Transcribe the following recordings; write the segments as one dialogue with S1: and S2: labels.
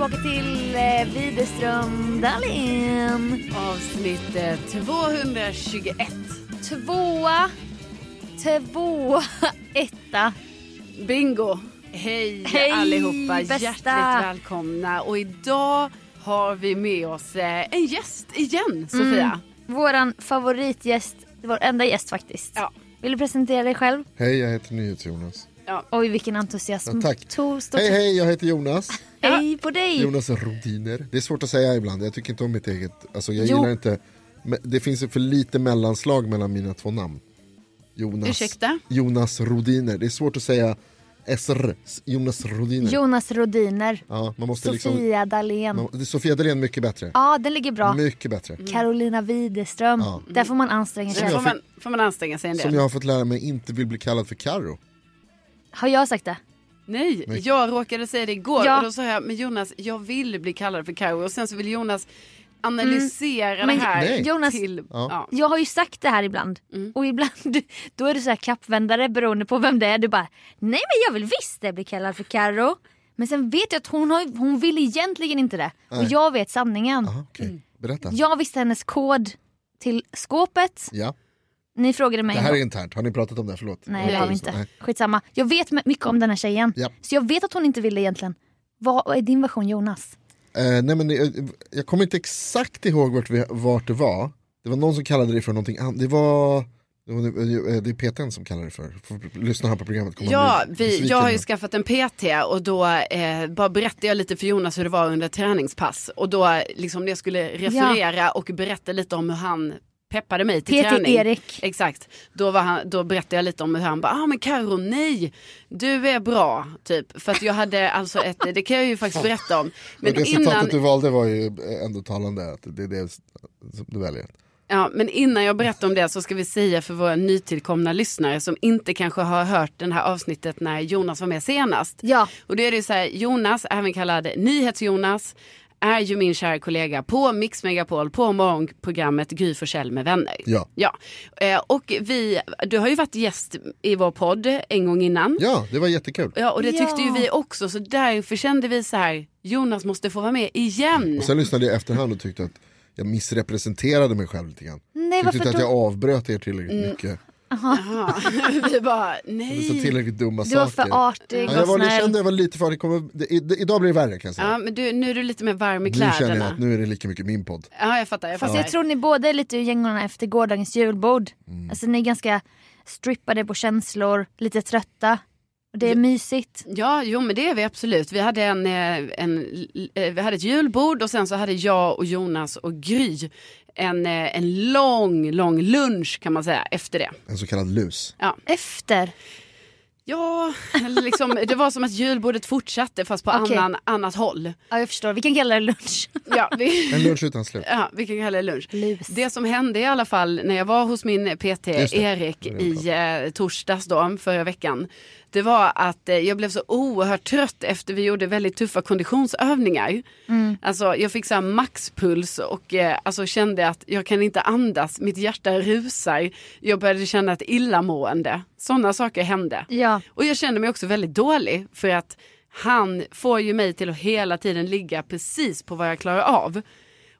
S1: åker till eh, Widerström Dahlén.
S2: Avsnitt eh, 221.
S1: Tvåa, tvåa, etta.
S2: Bingo! Hej,
S1: Hej,
S2: allihopa!
S1: bästa.
S2: Hjärtligt välkomna. Och idag har vi med oss eh, en gäst
S1: Mm.
S2: igen, Sofia.
S1: Våran favoritgäst, vår enda gäst faktiskt.
S2: Ja.
S1: Vill du presentera dig själv?
S3: Hej, jag heter NyhetsJonas.
S1: Oj, vilken entusiasm.
S3: Ja, tack.
S1: Tor, stort
S3: Hej, hej, jag heter Jonas.
S1: hej på dig.
S3: Jonas Rodiner. Det är svårt att säga ibland. Jag tycker inte om mitt eget. Alltså, jag
S1: Jo.
S3: gillar inte. men Det finns ju för lite mellanslag mellan mina två namn. Jonas.
S2: Ursäkta?
S3: Jonas Rodiner. Det är svårt att säga SR. Jonas Rodiner.
S1: Jonas Rodiner.
S3: ja, man måste liksom.
S1: Sofia Dalén.
S3: Man, det är Sofia Dalén mycket bättre.
S1: Ja, den ligger bra.
S3: Mycket bättre.
S1: Carolina Widerström.
S3: Ja. Mm.
S1: Där får man anstränga sig.
S2: Där får man, får man anstränga sig en del.
S3: Som jag har fått lära mig inte vill bli kallad för Karo.
S1: Har jag sagt det?
S2: Nej,
S3: Nej.
S2: jag råkade säga det igår
S1: Ja.
S2: och då sa jag, men Jonas, jag vill bli kallad för Karo och sen så vill Jonas analysera
S1: Mm. Men-
S2: det här
S3: Nej.
S1: Jonas-
S2: till...
S3: Ja.
S2: Ja.
S1: Jag har ju sagt det här ibland.
S2: Mm.
S1: Och ibland du, då är du så här kappvändare beroende på vem det är. Du bara nej men jag vill visst det bli kallad för Karo. Men sen vet jag att hon, har, ju- hon vill egentligen inte det. Och
S3: Nej.
S1: jag vet sanningen.
S3: Aha, okej. Berätta.
S1: Jag visste hennes kod till skåpet.
S3: Ja,
S1: Ni frågade mig.
S3: det här är internt. Har ni pratat om det? här? Förlåt.
S1: Nej det har vi inte.
S3: Nej.
S1: Skitsamma. Jag vet m- mycket om den här tjejen.
S3: Ja.
S1: Så jag vet att hon inte vill det egentligen. Vad är din version Jonas?
S3: Eh, nej men eh, jag kommer inte exakt ihåg vart, vi, vart det var. Det var någon som kallade det för någonting annat. Det var, det, var, eh, det är PTn som kallar det för. Får lyssna här på programmet. kommer
S2: Ja,
S3: han bli
S2: vi,
S3: besviken
S2: jag har ju
S3: nu.
S2: skaffat en PT och då eh, bara berättade jag lite för Jonas hur det var under träningspass. Och då eh, liksom när jag skulle referera och berätta lite om hur han peppade mig till
S1: PT
S2: träning.
S1: Erik.
S2: Exakt, då, var han, då berättade jag lite om hur han bara, ah men Karo nej, du är bra typ. För att jag hade alltså ett, det kan jag ju faktiskt berätta om.
S3: Men
S2: Men
S3: det citatet
S2: innan,
S3: du valde var ju eh, ändå talande. Att det är det som du väljer.
S2: ja, men innan jag berättar om det så ska vi säga för våra nytillkomna lyssnare som inte kanske har hört den här avsnittet när Jonas var med senast.
S1: Ja.
S2: Och då är det ju så här, Jonas, även kallad Nyhets-Jonas, är ju min kära kollega på Mix Megapol på morgonprogrammet Gry Forssell med vänner.
S3: Ja.
S2: ja. Eh, och vi, du har ju varit gäst i vår podd en gång innan.
S3: Ja, det var jättekul.
S2: Ja, och det tyckte ju
S1: Ja.
S2: vi också, så därför kände vi så här, Jonas måste få vara med igen.
S3: Och sen lyssnade jag i efterhand och tyckte att jag missrepresenterade mig själv lite grann.
S1: Nej
S3: tyckte
S1: varför
S3: inte att
S1: då?
S3: jag avbröt er tillräckligt
S2: Mm.
S3: mycket.
S2: Aha. vi bara,
S3: Du sa
S2: nej.
S3: tillräckligt dumma
S1: Du
S3: saker.
S1: var för artig
S3: Ja,
S1: och
S3: jag, var, jag
S1: snäll.
S3: kände jag var lite för, det kommer, det, i- idag blir det värre kan jag säga.
S2: Ja, men du, nu är du lite mer varm i
S3: nu känner jag
S2: kläderna.
S3: att nu är det lika mycket min podd.
S2: Ja, jag fattar.
S1: Fast
S2: Jag fattar.
S1: Alltså, jag tror ni båda är lite ur gängorna efter gårdagens julbord. Alltså ni är ganska strippade på känslor, lite trötta. Och det är mysigt.
S2: Ja, jo men det är vi absolut. Vi hade, en, eh, en, eh, vi hade ett julbord och sen så hade jag och Jonas och Gry en, eh, en lång, lång lunch kan man säga efter det.
S3: En så kallad lus.
S1: Efter.
S2: Ja, eller liksom, det var som att julbordet fortsatte fast på
S1: Okej.
S2: annan, annat håll.
S1: Ja jag förstår, vi kan kalla det lunch.
S2: Ja, vi,
S3: En lunch utan slut.
S2: ja, vi kan kalla det lunch.
S1: Lus.
S2: Det som hände i alla fall när jag var hos min PT
S3: Just det.
S2: Erik
S3: Det var det jag
S2: i eh, torsdags då, förra veckan. Det var att eh, jag blev så oerhört trött efter vi gjorde väldigt tuffa konditionsövningar.
S3: Mm.
S2: Alltså jag fick så här maxpuls och eh, alltså, kände att jag kan inte andas, mitt hjärta rusar. Jag började känna ett illamående. Sådana saker hände.
S1: Ja.
S2: Och jag kände mig också väldigt dålig för att han får ju mig till att hela tiden ligga precis på vad jag klarar av.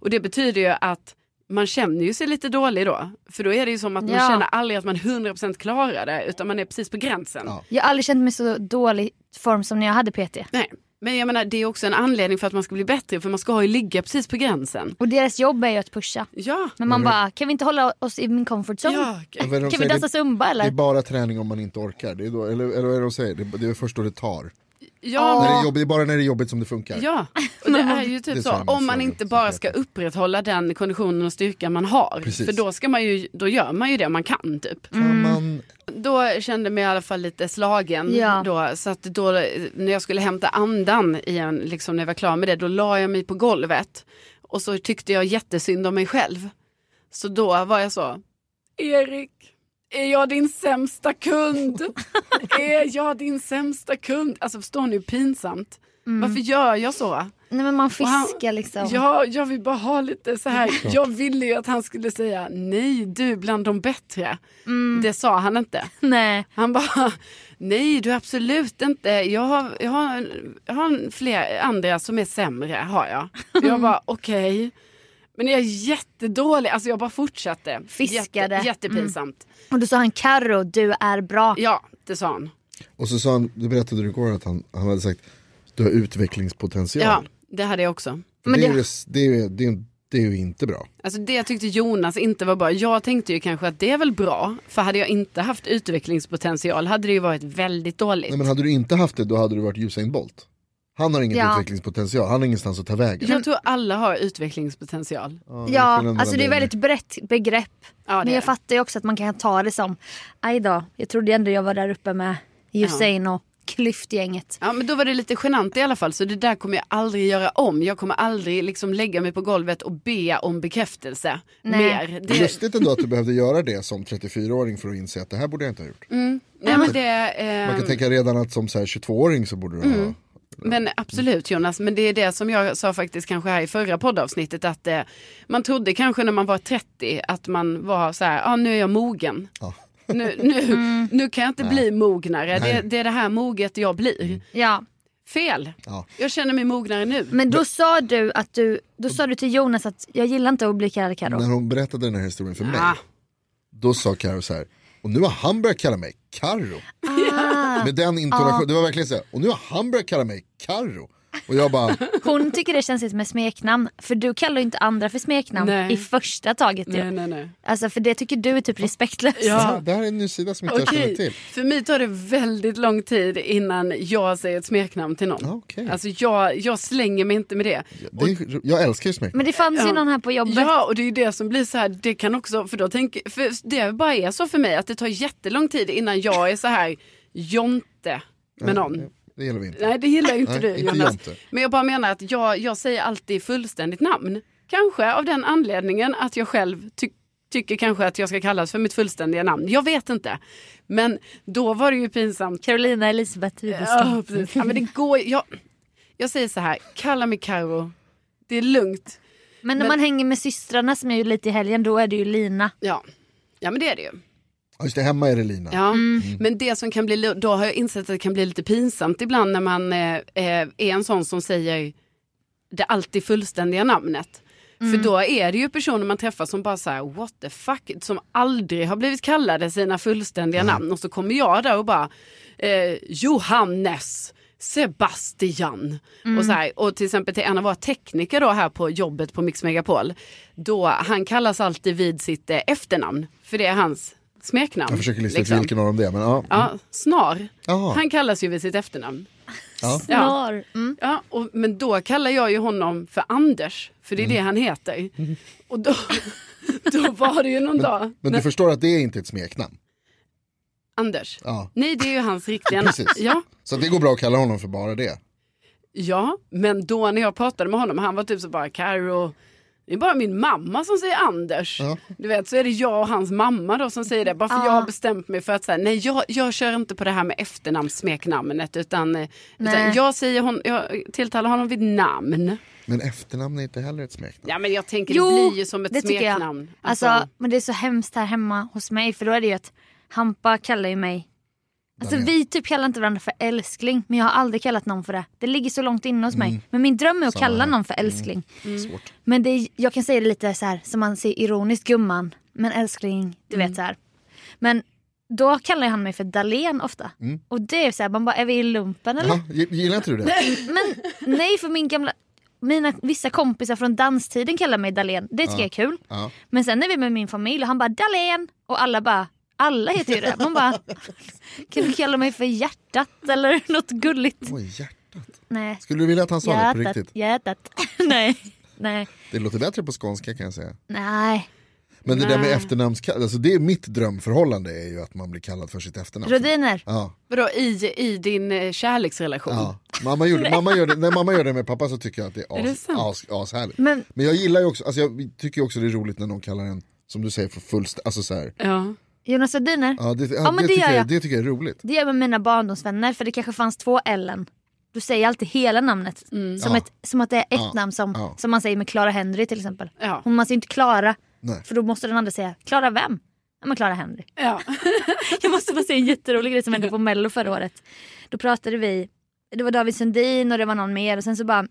S2: Och det betyder ju att man känner ju sig lite dålig då. För då är det ju som att man
S1: Ja.
S2: känner aldrig att man 100% klarar det utan man är precis på gränsen.
S3: Ja.
S1: Jag har aldrig känt mig så dålig form som när jag hade PT.
S2: Nej. Men jag menar det är också en anledning för att man ska bli bättre för man ska ju ligga precis på gränsen.
S1: Och deras jobb är ju att pusha.
S2: Ja,
S1: Men man bara, kan vi inte hålla oss i min comfort zone?
S2: ja.
S3: Men vad är det
S1: Kan
S3: de
S1: vi
S3: säger?
S1: dansa zumba
S3: det, det är
S1: eller?
S3: bara träning om man inte orkar. Det är då, eller, eller vad är det de säger? Det, det är först då det tar.
S2: ja
S3: När det, är jobb, det är bara när det är jobbigt som det funkar.
S2: Ja, och det är ju typ
S3: Det är
S2: så.
S3: samma
S2: Om man
S3: sak,
S2: inte
S3: som
S2: bara
S3: jag
S2: ska
S3: tänker.
S2: upprätthålla den konditionen och styrkan man har.
S3: Precis.
S2: För då, ska man ju, då gör man ju det man kan typ.
S1: Mm.
S3: Kan man,
S2: Då kände jag mig i alla fall lite slagen.
S1: Ja.
S2: Då, så att då eh, när jag skulle hämta andan igen, liksom när jag var klar med det, då la jag mig på golvet. Och så tyckte jag jättesynd om mig själv. Så då var jag så, Erik, är jag din sämsta kund? är jag din sämsta kund? Alltså förstår ni hur pinsamt? Varför gör jag så?
S1: Nej men man
S2: Och han-
S1: fiskar liksom.
S2: Ja, jag vill bara ha lite så här. Jag ville ju att han skulle säga nej, du är bland de bättre. Det sa han inte.
S1: Nej.
S2: Han bara, nej du absolut inte. Jag har, jag har, en- jag har en fler andra som är sämre, har jag. Jag bara, okej. Men jag är jättedålig, alltså jag bara fortsatte.
S1: Fiskade. Mm.
S2: Jätte, jättepinsamt.
S1: Och då sa han Carro, du är bra.
S2: Ja, det sa han.
S3: Och så sa han, det berättade du igår att han, han hade sagt du har utvecklingspotential.
S2: Ja, det hade jag också.
S3: För
S1: Men
S3: det,
S1: det-
S3: är ju, det, är, ju- det, är, ju- det är ju inte bra.
S2: Alltså det tyckte Jonas inte var bra. Jag tänkte ju kanske att det är väl bra. För hade jag inte haft utvecklingspotential hade det ju varit väldigt dåligt.
S3: Nej, men hade du inte haft det då hade du varit Usain Bolt. Han har ingen
S1: Ja.
S3: utvecklingspotential, han har ingenstans att ta vägen.
S2: Jag tror alla har utvecklingspotential.
S3: Ja,
S1: Ja,
S3: skillnaden
S1: alltså det är
S3: mellan
S1: väldigt brett begrepp.
S2: Ja, det
S1: Men
S2: är
S1: jag
S2: det.
S1: fattar ju också att man kan ta det som, aj då, jag trodde ändå jag var där uppe med Usain och klyftgänget.
S2: Ja, men då var det lite genant i alla fall. Så det där kommer jag aldrig göra om. Jag kommer aldrig liksom lägga mig på golvet och be om bekräftelse.
S1: Nej.
S2: Mer.
S3: Det är
S2: Det,
S3: lustigt ändå att du behövde göra det som 34-åring för att inse att det här borde jag inte ha gjort.
S2: nej, men, det,
S3: Man
S2: ehm, Mm.
S3: kan tänka redan att som så här 22-åring så borde du ha...
S2: men absolut Jonas, men det är det som jag sa faktiskt kanske här i förra poddavsnittet. Att eh, man trodde kanske när man var 30 att man var så här, ah, nu är jag mogen.
S3: Ja.
S2: Nu, nu, nu kan jag inte bli mognare. Det,
S3: Nej. Mm.
S2: det är det här moget jag blir.
S1: Ja,
S2: Fel.
S3: Ja.
S2: Jag känner mig mognare nu.
S1: men då sa du att du, då sa du till Jonas att jag gillar inte att bli kallad Carro.
S3: När hon berättade den här historien för mig,
S2: Ah.
S3: då sa Karo så här, och nu har han börjat kalla mig Karo. Med den intonationen, det var verkligen så här, och nu har han börjat kalla mig Karo. Och jag bara,
S1: Hon tycker det känns lite med smeknamn, för du kallar ju inte andra för smeknamn
S2: Nej.
S1: i första taget.
S2: Nej,
S1: Ju.
S2: nej, nej.
S1: Alltså för det tycker du är typ respektlöst.
S2: Ja.
S3: "Det här- det här är en ny sida som inte jag
S2: Okej,
S3: känner till.
S2: för mig tar det väldigt lång tid innan jag säger ett smeknamn till någon.
S3: Ja, okej.
S2: Alltså jag, jag slänger mig inte med det.
S3: Det är, jag älskar ju smeknamn.
S1: Men det fanns ju
S2: Ja.
S1: någon här på jobbet.
S2: Ja, och det är ju det som blir så här, det kan också, för då tänker, för det bara är så för mig att det tar jättelång tid innan jag är så här Jonte med någon.
S3: Nej, Det gillar vi inte.
S2: Nej, det gillar ju inte
S3: Mm. Nej,
S2: du
S3: inte
S2: Jonas.
S3: Jonte.
S2: Men jag bara menar att jag, jag säger alltid fullständigt namn. Kanske av den anledningen att jag själv ty- tycker kanske att jag ska kallas för mitt fullständiga namn. Jag vet inte. Men då var det ju pinsamt
S1: Carolina Elisabeth Hugosson.
S2: Ja, precis. Ja, men det går, jag, jag säger så här, kalla mig Karo. Det är lugnt.
S1: Men när man hänger med systrarna som jag gjorde lite i helgen, då är det ju Lina.
S2: Ja. ja, men det är det ju.
S3: Ja, Just det, hemma är det Lina.
S2: Ja. Men det som kan bli, lu- då har jag insett att det kan bli lite pinsamt ibland när man eh, eh, är en sån som säger det alltid fullständiga namnet.
S3: Mm.
S2: För då är det ju personer man träffar som bara så här, what the fuck, som aldrig har blivit kallade sina fullständiga
S3: Mm.
S2: namn. Och så kommer jag där och bara, eh, Johannes. Sebastian. Och,
S3: Mm.
S2: så här, och till exempel till en av våra tekniker då här på jobbet på Mix Megapol. Då han kallas alltid vid sitt eh, efternamn. För det är hans smeknamn.
S3: Jag försöker lista ut
S2: liksom.
S3: vilken av dem det är. Men, ja.
S2: Ja, Snar.
S3: Jaha.
S2: Han kallas ju vid sitt efternamn.
S3: Ja.
S1: Snar. Mm.
S2: Ja, och, men då kallar jag ju honom för Anders, för det är det
S3: Mm.
S2: han heter. Och då, då var det ju någon dag,
S3: men du förstår att det är inte ett smeknamn.
S2: Anders.
S3: Ja.
S2: Nej, det är ju hans riktiga namn.
S3: Precis.
S2: Ja,
S3: Så det går bra att kalla honom för bara det.
S2: ja, men då när jag pratade med honom, han var typ så bara, Karo, det är bara min mamma som säger Anders.
S3: Ja.
S2: Du vet, så är det jag och hans mamma då som säger det. Bara för jag har bestämt mig för att säga, nej jag, jag kör inte på det här med efternamn, smeknamnet, utan, eh, utan
S1: Nej.
S2: jag, säger hon, jag tilltalar honom vid namn.
S3: Men efternamn är inte heller ett smeknamn.
S2: Ja men jag tänker
S1: Jo,
S2: det blir ju som ett
S1: det tycker jag.
S2: smeknamn.
S1: Alltså, men det är så hemskt här hemma hos mig, för då är det ju att Hampa kallar ju mig Alltså
S3: Daniel.
S1: vi typ kallar inte varandra för älskling men jag har aldrig kallat någon för det. Det ligger så långt inne hos
S3: Mm.
S1: mig. Men min dröm är att kalla någon för älskling.
S3: Svårt.
S1: Men det är, jag kan säga det lite så här som man ser ironiskt gumman. Men älskling, du
S2: Mm.
S1: vet så här. Men då kallar han mig för Dalen ofta. Och det är så här, man bara är vi i lumpen eller?
S3: Mm. Ja, g- gillar inte du det?
S1: Men nej för min gamla, mina vissa kompisar från danstiden kallar mig Dalen. Det tycker jag är kul.
S3: Ja.
S1: Men sen är vi med min familj och han bara Dalen och alla bara alla heter ju det. Man bara, kan du kalla mig för hjärtat eller något gulligt?
S3: Oj, hjärtat.
S1: Nej.
S3: Skulle du vilja att han sa det på
S1: Hjärtat,
S3: riktigt?
S1: hjärtat. Nej. Nej.
S3: Det låter bättre på skånska kan jag säga.
S1: Nej.
S3: Men det där med
S2: Nej.
S3: efternamnskall, alltså det är mitt drömförhållande är ju att man blir kallad för sitt efternamn.
S1: Rodiner.
S3: Ja,
S2: Vadå i, i din eh, kärleksrelation?
S3: ja. Mamma, gjorde, mamma gör det, när mamma gör det med pappa så tycker jag att det är,
S2: Är det
S3: as,
S2: sant?
S3: as, ashärligt.
S1: Men-
S3: Men jag gillar ju också, alltså jag tycker ju också det är roligt när någon kallar en, som du säger, för fullst, alltså så här.
S2: Ja.
S1: Jonas Rodiner.
S3: Ja, det, ja,
S1: men
S3: det,
S1: det gör
S3: tycker jag,
S1: jag.
S3: det tycker jag är roligt.
S1: Det gör jag med mina barndomsvänner för det kanske fanns två Ellen. Du säger alltid hela namnet. Som,
S3: Ja.
S1: ett, som att det är ett
S3: Ja.
S1: namn som,
S3: Ja.
S1: som man säger med Clara Henry till exempel.
S2: Ja.
S1: Hon, man säger inte Clara,
S3: Nej.
S1: för då måste den andra säga Clara vem? Ja men Clara Henry.
S2: Ja.
S1: Jag måste bara säga en jätterolig grej som hände på mello förra året. Då pratade vi, det var David Sundin och det var någon mer och sen så bara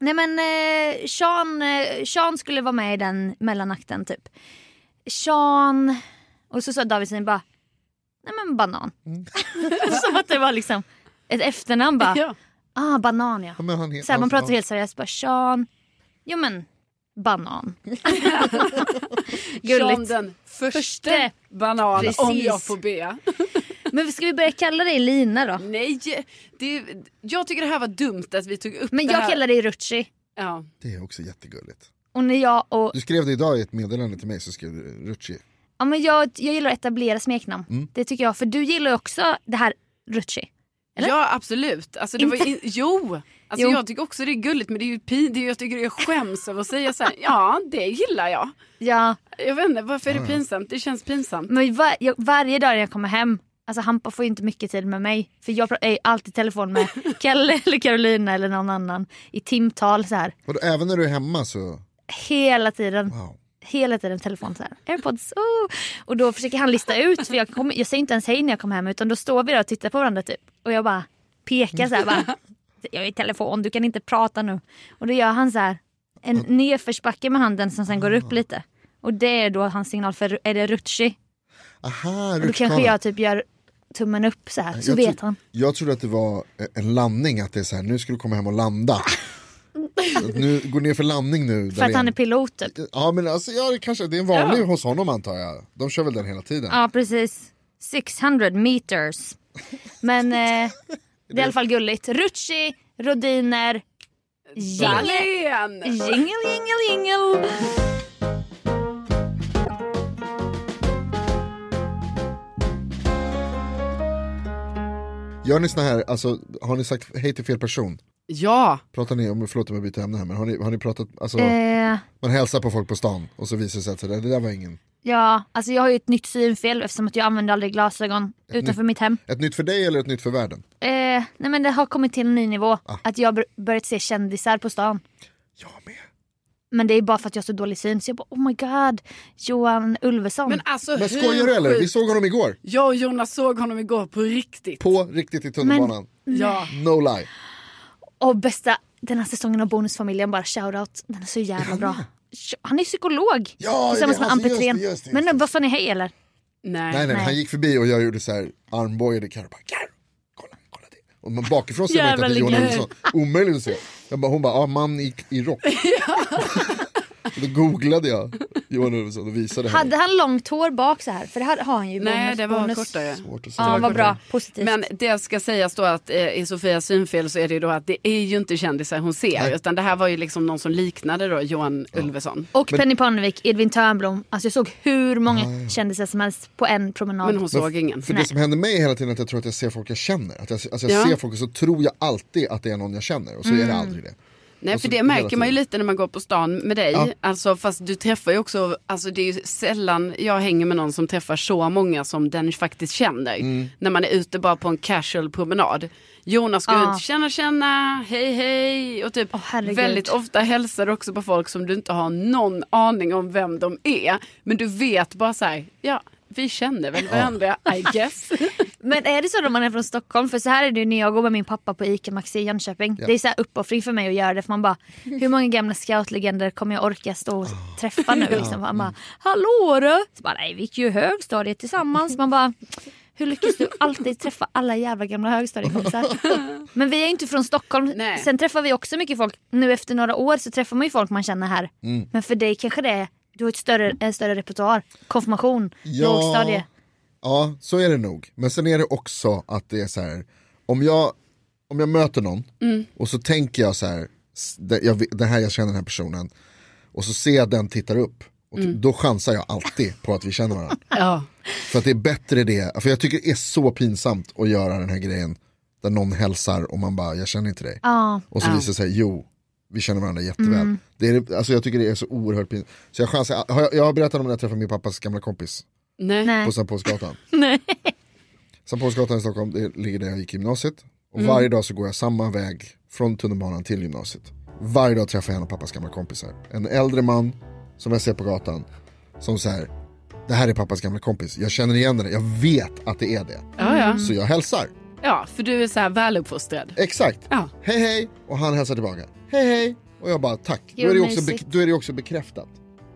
S1: Nej men eh, Sean, eh, Sean skulle vara med i den mellanakten typ. Sean och så sa David Sundin bara Nej men banan. som att det var liksom ett efternamn bara.
S2: Mm. Ja.
S1: Ah banan ja.
S3: Ja, men han, he-
S1: Så här, man
S3: alltså,
S1: pratar helt seriöst bara Sean. Jo men banan.
S2: Som
S1: Gulligt.
S2: den första
S1: Förste.
S2: banan om
S1: Precis.
S2: jag får be.
S1: Men ska vi börja kalla dig Lina då?
S2: Nej, det, jag tycker det här var dumt att vi tog upp
S1: Men
S2: det
S1: jag
S2: här.
S1: kallar dig Rutschi.
S2: Ja.
S3: Det är också jättegulligt.
S1: Och när jag och,
S3: Du skrev det idag i ett meddelande till mig så skrev du Rutschi.
S1: ja, men jag, jag gillar att etablera smeknamn.
S2: Mm.
S1: Det tycker jag. För du gillar ju också det här Rutschi. Eller?
S2: Ja absolut. Alltså, det var ju in, jo. Alltså,
S1: Jo.
S2: Jag tycker också det är gulligt men det är ju pin, det är, ju- jag tycker jag skäms av att säga så här. Ja det gillar jag.
S1: Ja,
S2: Jag vet inte varför är det pinsamt? Det känns pinsamt.
S1: men var, jag, varje dag när jag kommer hem, alltså Hampa får ju inte mycket tid med mig. För jag pra- är ju alltid i telefon med Kalle eller Carolina eller någon annan i timtal så här.
S3: Vadå, även när du är hemma så,
S1: Hela tiden,
S3: wow.
S1: hela tiden telefon så här. Airpods, oh. Och då försöker han lista ut, för jag, kommer, jag säger inte ens hej när jag kommer hem utan då står vi där och tittar på varandra typ. Och jag bara pekar så här bara. Jag är i telefon, du kan inte prata nu. Och då gör han så här, en nedförsbacke med handen som sen går upp lite. Och det är då hans signal för är det rutschi.
S3: Aha,
S1: Och då kanske
S3: rutschkana.
S1: jag typ gör tummen upp så här, så
S3: Jag
S1: vet
S3: tro-
S1: han.
S3: Jag trodde att det var en landning, att det är så här, nu ska du komma hem och landa. Att nu, gå ner för landning
S1: För
S3: nu.
S1: att
S3: Dahlén.
S1: han är pilot typ.
S3: Ja men alltså, ja, det, kanske, det är en vanlig hos honom antar jag. De kör väl den hela tiden.
S1: Ja precis. 600 meters. Men eh, det är i alla fall gulligt. Rutschi, Rodiner, Jalle.
S2: Dahlén!
S1: Jingle, jingle, jingle.
S3: Gör ni såna här, alltså, har ni sagt hej till fel person?
S2: Ja.
S3: Pratar ni om, förlåt om jag byter ämne här, men har ni, har ni pratat, alltså,
S1: Eh,
S3: man hälsar på folk på stan och så visar det sig att så där, det där var ingen.
S1: ja, alltså jag har ju ett nytt synfel eftersom att jag använder aldrig glasögon utanför mitt hem.
S3: Ett nytt för dig eller ett nytt för världen?
S1: Eh, nej men det har kommit till en ny nivå. Att jag har bör- börjat se kändisar på stan.
S3: Jag med.
S1: Men det är bara för att jag har så dålig syn så jag bara oh my god, Johan Ulveson.
S2: Men alltså
S3: Men
S2: hur
S3: skojar du eller? Vi
S2: sjukt?
S3: såg honom igår,
S2: Jag och Jonas såg honom igår på riktigt.
S3: på riktigt i tunnelbanan.
S2: Ja.
S3: No lie.
S1: Och bästa, den här säsongen av Bonusfamiljen, bara shoutout. Den är så jävla bra. Han är psykolog
S3: Ja, det-
S1: tillsammans med
S3: alltså,
S1: Ann
S3: just det,
S1: Petrén.
S3: just det, just
S1: Men vad sa ni hej eller?
S2: Nej.
S3: Nej, nej,
S1: Nej.
S3: han gick förbi och jag gjorde så här armbågade Carro bara Carro, kolla, kolla det. Och man bakifrån ser man inte att det är
S1: Jävla
S3: Johan
S1: ligger.
S3: Olsson, omöjligt att se. Jag bara, hon bara, ah, man i, i rock. Och då googlade jag Johan Olsson och visade henne.
S1: Hade han långt hår bak så här? För det här har han ju i
S2: Nej
S1: bonus,
S2: det var
S1: bonus.
S2: kortare.
S3: Svårt att se.
S1: Ja, vad bra. Positivt.
S2: Men det ska sägas då att eh, i Sofias synfel så är det ju då att det är ju inte kändisar hon ser utan det här var ju liksom någon som liknade då Johan Ulveson.
S1: Och Penny Parnevik, Edvin Törnblom. Alltså jag såg hur många kändisar som helst på en promenad.
S2: Men hon såg ingen.
S3: För det som händer mig hela tiden är att jag tror att jag ser folk jag känner. Att jag, alltså jag
S2: Ja.
S3: ser folk och så tror jag alltid att det är någon jag känner och så är det
S1: Mm.
S3: aldrig det.
S2: Nej
S3: Och
S2: för
S3: så
S2: det
S3: hela
S2: märker man ju
S3: tiden.
S2: lite när man går på stan med dig.
S3: Ja.
S2: Alltså fast du träffar ju också, alltså det är ju sällan jag hänger med någon som träffar så många som den faktiskt känner.
S3: Mm.
S2: När man är ute bara på en casual promenad. Jonas går
S1: Ja.
S2: runt, tjena tjena, hej hej och typ
S1: Åh, herregud.
S2: väldigt ofta hälsar du också på folk som du inte har någon aning om vem de är. Men du vet bara så här, ja vi känner väl varandra I guess.
S1: Men är det så om man är från Stockholm? För så här är det ju när jag går med min pappa på ICA Maxi i Jönköping. Det är så här uppoffring för mig att göra det. För man bara, hur många gamla scoutlegender kommer jag orka stå och träffa nu? Liksom. Man bara, hallå du! Så bara, nej vi gick ju högstadiet tillsammans. Man bara, hur lyckas du alltid träffa alla jävla gamla högstadiekompisar? Men vi är ju inte från Stockholm.
S2: Nej.
S1: Sen träffar vi också mycket folk. Nu efter några år så träffar man ju folk man känner här. Men för dig kanske det är, du har ett större, en större repertoar. Konfirmation,
S3: Ja.
S1: lågstadie.
S3: Ja, så är det nog. Men sen är det också att det är så här, om jag, om jag möter någon
S1: Mm.
S3: och så tänker jag så här, s- det, jag, vet- det här jag känner den här personen, och så ser jag att den tittar upp, och t-
S1: Mm.
S3: då chansar jag alltid på att vi känner varandra.
S2: ja.
S3: För att det är bättre det, för jag tycker det är så pinsamt att göra den här grejen där någon hälsar och man bara, jag känner inte dig.
S1: Ja. Mm.
S3: Och så visar det sig, jo, vi känner varandra jätteväl. Det är, det- alltså jag tycker det är så oerhört pinsamt. Så jag chansar, har jag, jag har berättat om när jag träffade min pappas gamla kompis
S2: Nej.
S1: Nej.
S3: på Sankt Paulsgatan.
S1: Nej.
S3: Sankt Paulsgatan i Stockholm, det ligger där jag gick i gymnasiet. Och
S1: Mm.
S3: varje dag så går jag samma väg från tunnelbanan till gymnasiet. Varje dag träffar jag en av pappas gamla kompisar. En äldre man som jag ser på gatan som så här, det här är pappas gamla kompis. Jag känner igen henne, jag vet att det är det.
S1: Mm.
S2: Ja, ja.
S3: Så jag hälsar.
S2: ja, för du är så här väluppfostrad.
S3: Exakt.
S2: Ja.
S3: Hej hej. Och han hälsar tillbaka. Hej hej. Och jag bara tack. Då är, det också be-
S1: mysigt.
S3: då är det också bekräftat.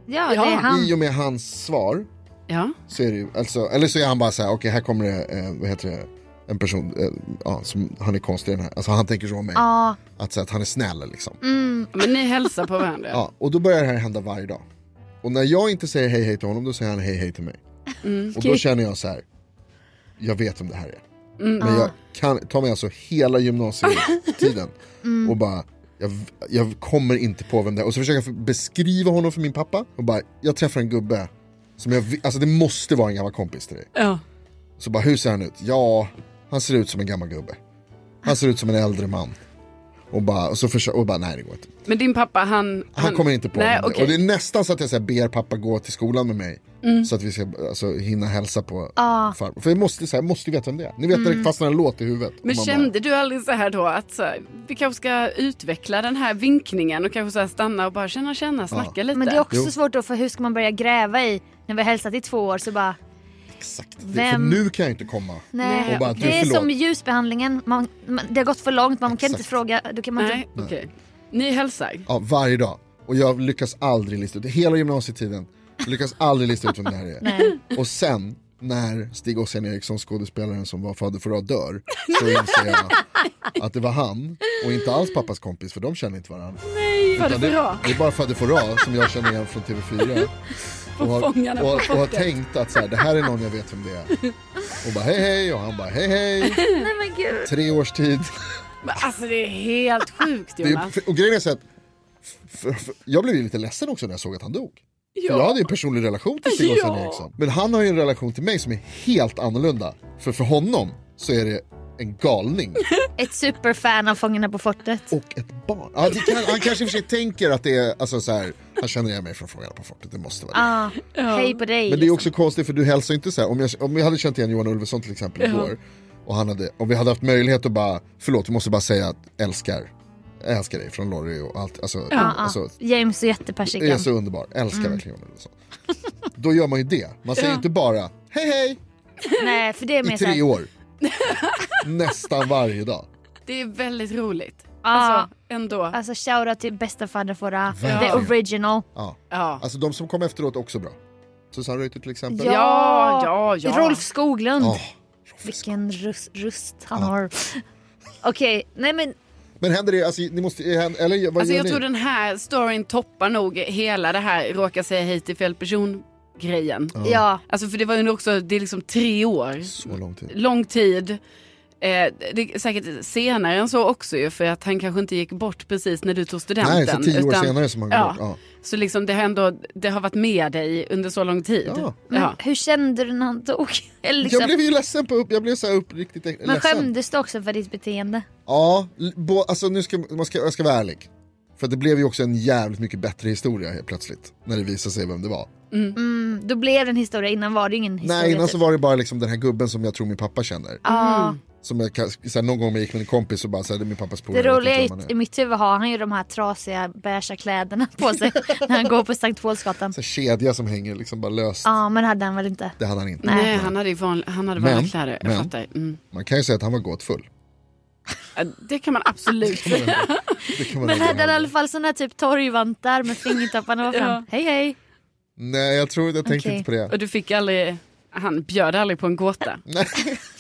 S1: Ja,
S2: Ja,
S1: det är han.
S3: I och med hans svar
S2: Ja.
S3: så är det ju, alltså, eller så är han bara så här, okej här kommer det, eh, vad heter det, en person, eh, ja, som, han är konstig den här, alltså han tänker så om mig.
S1: Ja,
S3: Att, så att han är snäll liksom.
S2: Men ni hälsar på varandra.
S3: Ja, och då börjar det här hända varje dag. Och när jag inte säger hej hej till honom, då säger han hej hej till mig. Och då
S1: Kul.
S3: känner jag så här, jag vet vem det här är.
S2: Mm.
S3: Men jag kan, tar mig alltså hela gymnasietiden och bara, jag, jag kommer inte på vem det är. Och så försöker jag för- beskriva honom för min pappa och bara, jag träffar en gubbe. Som jag, vi- alltså det måste vara en gammal kompis till dig.
S2: Ja.
S3: Så bara, hur ser han ut? Ja, han ser ut som en gammal gubbe. Han ser ut som en äldre man. Och bara, och så försöker, och bara nej det går inte.
S2: Men din pappa han...
S3: Han, kommer inte på
S2: Nej,
S3: vem det.
S2: okej. Mm.
S3: Och det är nästan så att jag så här, ber pappa gå till skolan med mig. Så att vi ska alltså, hinna hälsa på
S2: Ah.
S3: farmor. För jag måste, så här, jag måste ju veta vem det är. Ni vet när det fastnar en låt i huvudet.
S2: Mm. Men
S3: Man
S2: kände du aldrig så här då att så här, vi kanske ska utveckla den här vinkningen och kanske så här stanna och bara känna, känna, snacka lite.
S1: men det är också
S3: Jo.
S1: svårt då för hur ska man börja gräva i när vi har hälsat i två år så bara
S3: bara, exakt. För
S1: Vem-
S3: nu kan jag inte komma.
S1: nej.
S2: Och bara,
S3: du,
S1: det är
S3: förlåt.
S1: som ljusbehandlingen, man, man, det har gått för långt man kan
S3: Exakt.
S1: inte fråga, då kan man
S2: Nej,
S1: inte...
S2: okej. Ni hälsar.
S3: Ja, varje dag. Och jag lyckas aldrig lista ut, hela gymnasietiden, lyckas aldrig lista ut vem det här är.
S1: Nej.
S3: Och sen när Stig Ossian Eriksson, skådespelaren som var fader för att dör, så inser jag att det var han och inte alls pappas kompis för de känner inte varandra.
S2: Nej, vad det
S3: Utan det,
S2: bra.
S3: det är bara fader för att som jag känner igen från TV4. Och har,
S2: Fångarna på
S3: och, och har
S2: fortet.
S3: tänkt att så här, det här är någon jag vet vem det är. Och bara hej hej och han bara hej hej.
S1: typ, Nej men gud.
S3: Tre års tid.
S2: Men alltså det är helt sjukt
S3: Det
S2: Jonas.
S3: är, och grejen är så att för, för, jag blev ju lite ledsen också när jag såg att han dog. För jag hade ju en personlig relation till Stig Åsbrink
S2: Ja.
S3: Eriksson. Men han har ju en relation till mig som är helt annorlunda. För för honom så är det en galning
S1: Ett superfan av Fångarna på fortet.
S3: och ett barn. Ja, det kan, han kanske i och för sig tänker att det är, alltså så här, han känner igen mig från Fångarna på fortet, det måste vara det.
S1: Ja, hej på dig.
S3: Men det är
S1: liksom.
S3: också konstigt för du hälsar ju inte så här, om jag, om jag hade känt igen Johan Ulveson till exempel igår och han hade, om vi hade haft möjlighet att bara, förlåt vi måste bara säga att älskar, jag älskar dig från Lorry och allt, alltså,
S1: Ja,
S3: alltså
S1: James och
S3: Det är
S1: jättepersikan.
S3: så underbar, älskar
S2: Mm.
S3: verkligen Johan Ulveson. Då gör man ju det, man säger inte bara hej hej
S1: Nej för det är mer
S3: i
S1: så här-
S3: tre år. Nästan varje dag.
S2: Det är väldigt roligt.
S1: Ja.
S2: Alltså ändå.
S1: Alltså shoutout till bästa fader Fora, the
S3: Verkligen.
S1: original.
S3: Ja.
S2: Ja.
S3: Alltså de som kom efteråt också bra. Susanne Reuter till exempel.
S2: Ja. ja, ja.
S1: Rolf Skoglund.
S3: Ja.
S1: Vilken rust, rust han har. Okej, nej men
S3: Men händer det, alltså, ni måste, eller vad
S2: Alltså
S3: gör
S2: jag
S3: ni?
S2: tror den här storyn toppar nog hela det här råka säga hej till fel person grejen.
S1: ja.
S2: Alltså för det var ju också, det är liksom tre år.
S3: Så lång tid.
S2: lång tid. Eh, det är säkert senare än så också ju för att han kanske inte gick bort precis när du tog studenten.
S3: Nej, så tio år
S2: utan-
S3: senare som han går
S2: ja.
S3: bort. Ja.
S2: Så liksom det har ändå, det har varit med dig under så lång tid.
S3: Ja.
S1: Men hur kände du när han dog? Eller liksom,
S3: Jag blev ju ledsen på upp, jag blev så här uppriktigt ledsen.
S1: men skämdes du också för ditt beteende?
S3: Ja, l- bo, alltså nu ska man ska, jag ska vara ärlig. För det blev ju också en jävligt mycket bättre historia helt plötsligt. När det visade sig vem det var.
S1: Mm, då blev det en historia, innan var det ingen historia.
S3: Nej, innan
S1: typ.
S3: så var Mm. det bara liksom den här gubben som jag tror min pappa känner.
S1: Ja,
S3: Som jag, kan- så här, någon gång jag gick med en kompis och bara så här, det är min pappas
S1: det
S3: polare. jag vet
S1: roliga
S3: inte vem
S1: är, i
S3: han är.
S1: mitt huvud har han ju de här trasiga beiga kläderna på sig när han går på Sankt Paulsgatan.
S3: Så här, kedja som hänger liksom bara löst.
S1: Ja, men det hade han väl inte.
S3: Det hade han inte.
S2: Nej, han hade ju vanliga, han hade vanliga
S3: Men-
S2: kläder. Jag
S3: men-
S2: fattar. Mm.
S3: Man kan ju säga att han var gåtfull.
S2: Ja, Det kan man absolut säga.
S3: Det kan man
S1: Men
S3: ändå
S1: hade han i
S3: göra.
S1: alla fall såna här typ torgvantar med fingertopparna var fram. Hej hej.
S3: Nej, jag tror jag tänkte
S1: Okej.
S3: inte på det.
S2: Och du fick aldrig, han bjöd aldrig på en gåta.
S3: Nej.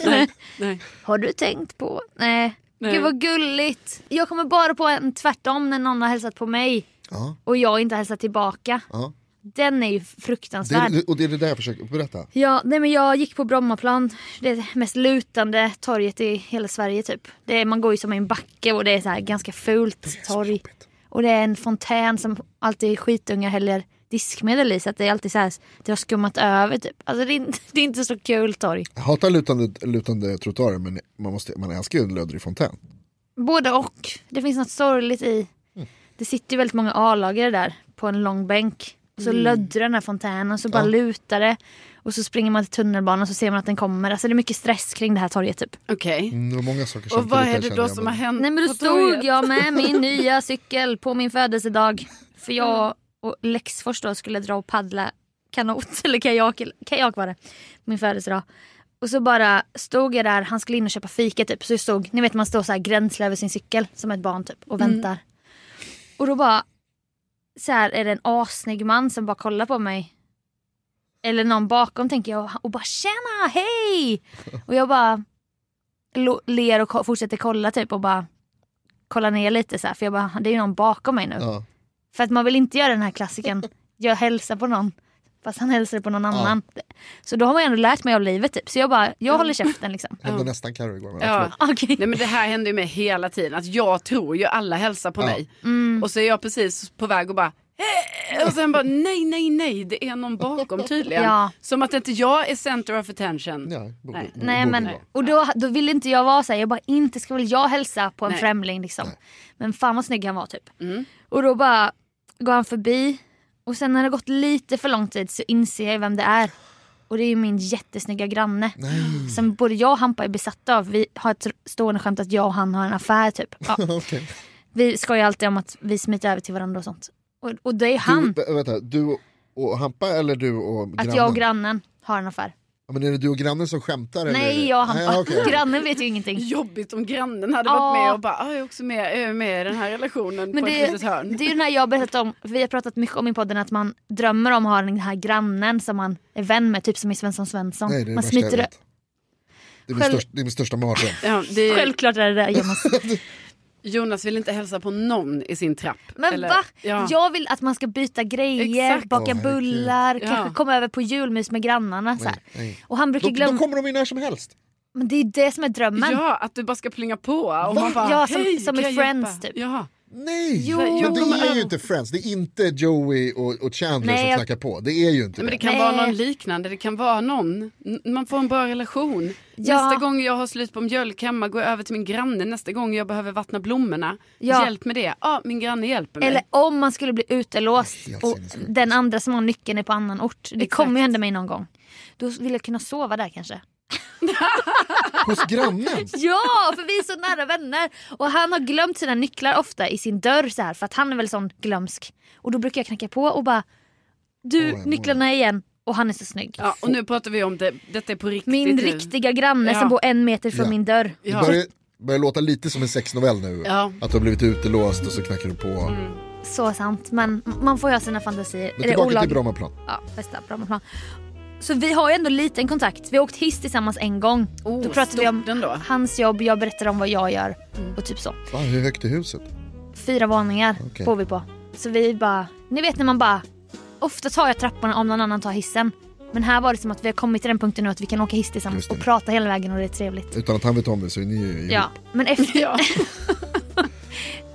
S2: Nej. Nej.
S1: Har du tänkt på? Nej.
S2: Nej.
S1: Gud vad gulligt. Jag kommer bara på en tvärtom när någon har hälsat på mig
S3: Ja,
S1: och jag inte hälsat tillbaka.
S3: ja.
S1: Den är ju
S3: Det,
S1: fruktansvärd.
S3: är- och det är det där jag försöker berätta.
S1: Ja, nej men jag gick på Brommaplan, det mest lutande torget i hela Sverige typ. Det är, man går ju som i en backe och det är så här ganska fult torg. Och det är en fontän som alltid skitunga häller diskmedel i så att det är alltid så här, det har skummat över typ. Alltså det är inte, det är inte så kul torg.
S3: Jag hatar lutande, lutande trottoarer men man, måste, man älskar ju en löddrig fontän.
S1: Både och. Det finns något sorgligt i. Det sitter ju väldigt många A-lagare där på en lång bänk. Så löddrar den här fontänen så bara lutar det. Och så springer man till tunnelbanan och så ser man att den kommer. Alltså det är mycket stress kring det här torget typ.
S2: Okej.
S3: Mm, det var många saker
S2: Och vad
S3: samtidigt
S2: är
S3: här,
S2: det
S3: kände
S2: då
S3: jag,
S2: som har hänt
S1: Nej men då
S2: på
S1: stod
S2: torget?
S1: jag med min nya cykel på min födelsedag. För jag och Lexfors då skulle dra och paddla kanot, eller kajak, eller- kajak var det, på min födelsedag. Och så bara stod jag där, han skulle in och köpa fika typ. Så jag stod, ni vet man står så här gränsle över sin cykel som ett barn typ och väntar. Och då bara så här är det en assnygg man som bara kollar på mig. Eller någon bakom tänker jag och bara tjena, hej! Och jag bara lo- ler och ko- fortsätter kolla typ och bara kollar ner lite så här för jag bara det är ju någon bakom mig nu.
S3: Ja.
S1: För att man vill inte göra den här klassiken. Jag hälsar på någon. Fast han hälsar på någon annan. Så då har man ju ändå lärt mig av livet typ. Så jag bara, jag håller käften liksom.
S3: Hände nästan Carro igår. men
S2: Ja.
S3: förlåt.
S1: Okej.
S2: Nej men det här händer ju mig hela tiden. Att jag tror ju alla hälsar på
S3: Ja.
S2: mig.
S1: Mm.
S2: Och så är jag precis på väg och bara "Eh!" och sen bara nej, nej, nej, det är någon bakom tydligen.
S1: Ja.
S2: Som att inte jag är center of attention.
S3: Ja, borde,
S2: Nej.
S3: borde,
S1: Nej
S3: borde
S1: men,
S3: vara.
S1: och då, då ville inte jag vara såhär, jag bara inte ska väl jag hälsa på en
S2: Nej.
S1: främling liksom. Men fan vad snygg han var typ. Och då bara går han förbi och sen när det har gått lite för lång tid så inser jag ju vem det är. Och det är ju min jättesnygga granne. Som både jag och Hampa är besatta av. Vi har ett stående skämt att jag och han har en affär typ. Ja.
S3: Okej.
S1: Vi skojar alltid om att vi smiter över till varandra och sånt. Och, och det är han,
S3: Du, vä- vänta, du och Hampa eller du och grannen?
S1: att jag och grannen har en affär.
S3: Ja, men är det du och grannen som skämtar?
S1: Nej
S3: eller?
S1: jag och Hampa.
S3: Nej, okej.
S1: Grannen vet ju ingenting.
S2: Jobbigt om grannen hade
S1: Ja.
S2: varit med och bara "Ah, jag är också med, jag är med i den här relationen
S1: Men
S2: på
S1: det,
S2: ett litet hörn.
S1: det är ju den här jag har berättat om, vi har pratat mycket om i podden att man drömmer om att ha den här grannen som man är vän med, typ som i Svensson Svensson.
S3: Nej, det är
S1: man
S3: det värsta jag
S1: smiter
S3: vet. Det är min,
S1: Själv-
S3: största, det är min största mardröm.
S2: Ja, det är,
S1: Självklart är det det Jonas.
S2: Jonas vill inte hälsa på någon i sin trapp.
S1: Men
S2: Eller-
S1: va?
S2: Ja.
S1: Jag vill att man ska byta grejer,
S2: Exakt.
S1: baka
S3: Åh, herregud.
S1: bullar,
S2: Ja.
S1: kanske komma över på julmys med grannarna. Så här.
S3: Nej, nej.
S1: Och han
S3: Då,
S1: brukar
S3: då
S1: glömma,
S3: kommer de in när som helst.
S1: men det är ju det som är drömmen.
S2: Ja, att du bara ska plinga på och man bara
S1: Ja, som-
S2: "Hej,
S1: som
S2: kan
S1: i
S2: jag
S1: Friends,
S2: hjälpa?"
S1: typ.
S2: Ja.
S3: Nej,
S1: Jo.
S3: men det är
S1: Jo.
S3: ju inte Friends. Det är inte Joey och, och Chandler
S1: Nej, jag-
S3: som knackar på. Det är ju inte
S2: Men det
S3: det.
S2: kan
S1: Nej.
S2: vara någon liknande, det kan vara någon. N- Man får en bra relation.
S1: Ja.
S2: Nästa gång jag har slut på mjölk hemma går jag över till min granne. Nästa gång jag behöver vattna blommorna,
S1: Ja.
S2: hjälp med det. Ja, min granne hjälper mig.
S1: Eller om man skulle bli utelåst
S3: Helt
S1: och
S3: sinnessjukt.
S1: den andra som har nyckeln är på annan ort. Det kommer
S2: Exakt.
S1: ju hända mig någon gång. Då vill jag kunna sova där kanske.
S3: Hos grannen.
S1: Ja, för vi är så nära vänner. Och han har glömt sina nycklar ofta i sin dörr så här för att han är väl sån glömsk. Och då brukar jag knacka på och bara
S3: Åh,
S1: du
S3: jag mår.
S1: nycklarna igen och han är så snygg.
S2: Ja, och nu pratar vi om det, detta är på riktigt
S1: Min
S2: nu.
S1: riktiga granne
S2: Ja.
S1: som bor en meter från
S3: Ja.
S1: min dörr.
S3: Det
S2: Ja.
S3: börjar, börjar låta lite som en sexnovell nu.
S2: Ja.
S3: Att du har blivit utelåst och så knackar du på.
S1: Mm. Så sant men man får ju ha sina fantasier.
S3: Men
S1: är det
S3: tillbaka
S1: olagligt?
S3: till Brommaplan.
S1: Ja, bästa Brommaplan. Så vi har ju ändå liten kontakt. Vi har åkt hiss tillsammans en gång.
S2: Oh,
S1: då pratar vi om
S2: stort ändå.
S1: hans jobb, jag berättar om vad jag gör
S2: Mm.
S1: och typ så.
S3: Va, hur högt är huset?
S1: Fyra våningar
S3: Okej.
S1: bor vi på. Så vi bara, ni vet när man bara, ofta tar jag trapporna om någon annan tar hissen. Men här var det som att vi har kommit till den punkten nu att vi kan åka hiss tillsammans
S3: Just det.
S1: och prata hela vägen och det är trevligt.
S3: Utan att han vet om det så är ni ju ihop.
S1: Ja, men efter,
S2: Ja.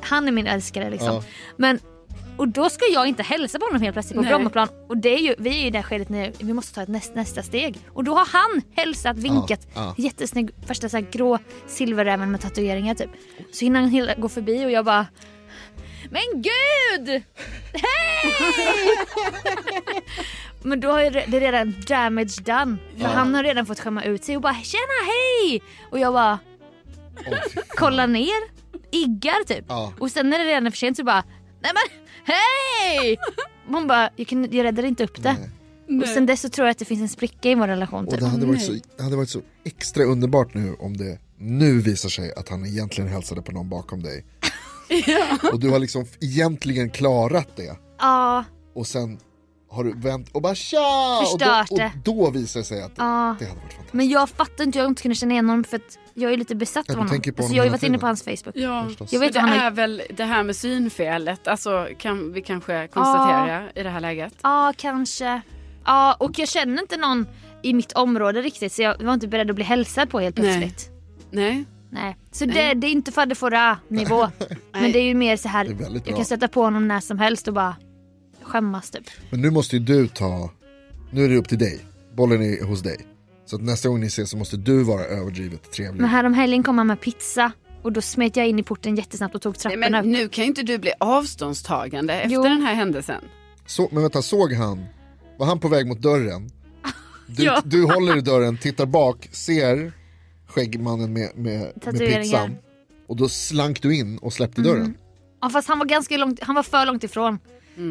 S1: han är min älskare liksom.
S3: Ja.
S1: Men, och då ska jag inte hälsa på honom helt plötsligt på
S2: Nej.
S1: Brommaplan. Och det är ju, vi är ju i det skedet nu, vi måste ta ett näst, nästa steg. Och då har han hälsat, vinkat,
S3: ja.
S1: jättesnygg, värsta så här grå silverräven med tatueringar typ. Så hinner han hela, gå förbi och jag bara Men gud! Hej! Men då har ju re- det redan damage done. För han har redan fått skämma ut sig och bara tjena hej! Och jag bara
S3: Åh, fy fan.
S1: kollar ner, iggar typ.
S3: Ja.
S1: Och sen när det redan är för sent så bara nej men hej! Hon bara jag, kunde, jag räddade inte upp det. Och sen dess så tror jag att det finns en spricka i vår relation
S3: Och
S1: typ.
S3: det hade, varit så, det hade varit så extra underbart nu om det nu visar sig att han egentligen hälsade på någon bakom dig. Och du har liksom egentligen klarat det.
S1: Ja,
S3: Och sen har du vänt och bara tja!
S1: Förstört
S3: och då,
S1: det.
S3: och då visar det sig att det,
S1: Ja.
S3: det hade varit fantastiskt.
S1: men jag fattar inte hur jag inte kunde känna igen honom för att jag är lite besatt
S3: Ja,
S1: av
S3: du
S1: honom.
S3: tänker på
S1: alltså,
S3: honom
S1: jag har ju
S3: hela
S1: varit inne på
S3: tiden.
S1: hans Facebook.
S2: Ja.
S3: Förstås.
S1: Jag vet
S2: Men det
S1: vad han har...
S2: är väl det här med synfelet, alltså, kan vi kanske konstatera i det här läget.
S1: Ja, kanske. Ja, och jag känner inte någon i mitt område riktigt så jag var inte beredd att bli hälsad på helt
S2: Nej.
S1: plötsligt.
S2: Nej.
S1: Nej. Så Det, det är inte fadde fåra nivå. Men
S2: Nej.
S1: det är ju mer så här,
S3: Det är väldigt
S1: jag
S3: bra.
S1: kan sätta på honom när som helst och bara skämmas typ.
S3: Men nu måste ju du ta, nu är det upp till dig. Bollen är hos dig. Så att nästa gång ni ses så måste du vara överdrivet trevlig.
S1: Men häromhelgen kom han med pizza och då smet jag in i porten jättesnabbt och tog
S2: Nej,
S1: trapporna
S2: Men
S1: upp.
S2: nu kan ju inte du bli avståndstagande efter
S1: Jo.
S2: den här händelsen.
S3: Så, men vänta, såg han? Var han på väg mot dörren? Du,
S1: Ja.
S3: du håller i dörren, tittar bak, ser skäggmannen med, med, med
S1: Tatueringar.
S3: pizzan. Och då slank du in och släppte
S2: Mm.
S3: dörren.
S1: Ja, fast han var ganska långt, han var för långt ifrån.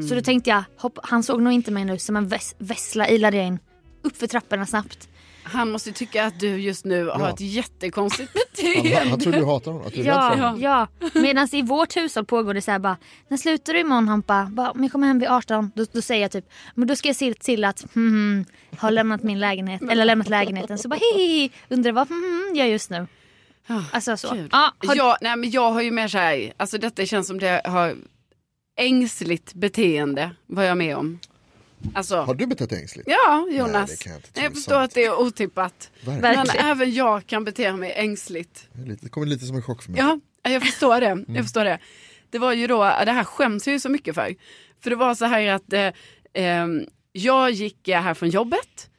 S1: Så då tänkte jag, hopp, han såg nog inte mig nu. Som en väs, vessla ilade jag in. Upp för trapporna snabbt.
S2: Han måste tycka att du just nu har
S3: Ja.
S2: ett jättekonstigt
S3: Han, han,
S2: beteende.
S3: han tror du hatar honom, att du är rädd
S1: Ja,
S3: för honom.
S1: ja. Medan i vårt hushåll pågår det så här bara, när slutar du imorgon Hampa? Bara, om jag kommer hem vid 18, då, då säger jag typ, men då ska jag se till att hmm, har lämnat min lägenhet, eller lämnat lägenheten. Så bara hihi, undrar vad hmm, jag just nu.
S2: Ja,
S1: Alltså så.
S2: Kul.
S1: Ja, har,
S2: jag, nej, men jag har ju mer så här, alltså detta känns som det har ängsligt beteende, vad jag är med om.
S3: Har
S2: Alltså,
S3: du betett dig ängsligt?
S2: ja Jonas.
S3: Nej, det kan jag inte tro
S2: jag
S3: är
S2: förstår
S3: sant.
S2: att det är otippat.
S3: Verkligen.
S2: Men
S1: Verkligen.
S2: även jag kan bete mig ängsligt.
S3: Det är lite- Det kommer lite som en chock för mig.
S2: Ja, jag förstår det. Jag förstår det. Det var ju då, det här skäms jag ju så mycket för. För det var så här att eh, ehm, jag gick eh, här från jobbet,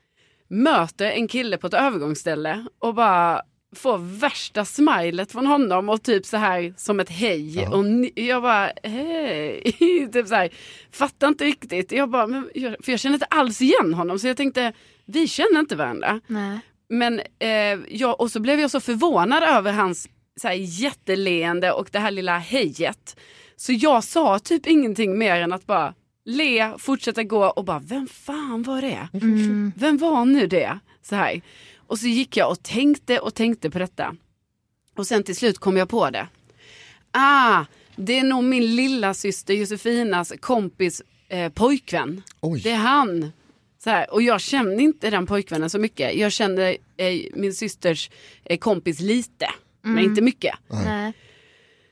S2: möter en kille på ett övergångsställe och bara får värsta smilet från honom och typ så här som ett hej.
S3: Jaha.
S2: Och ni- jag bara hej, typ så här, fattar inte riktigt. Jag bara, men, jag, för jag känner inte alls igen honom så jag tänkte vi känner inte varandra.
S1: nej.
S2: Men eh, jag, och så blev jag så förvånad över hans så här, jätteleende och det här lilla hejet. Så jag sa typ ingenting mer än att bara le, fortsätta gå och bara vem fan var det?
S1: Mm.
S2: Vem var nu det? Så här. Och så gick jag och tänkte och tänkte på detta. Och sen till slut kom jag på det. Ah, det är nog min lilla syster Josefinas kompis eh, pojkvän.
S3: Oj.
S2: Det är han. Så här, och jag känner inte den pojkvännen så mycket. Jag känner eh, min systers eh, kompis lite,
S1: Mm.
S2: men inte mycket.
S1: Nej.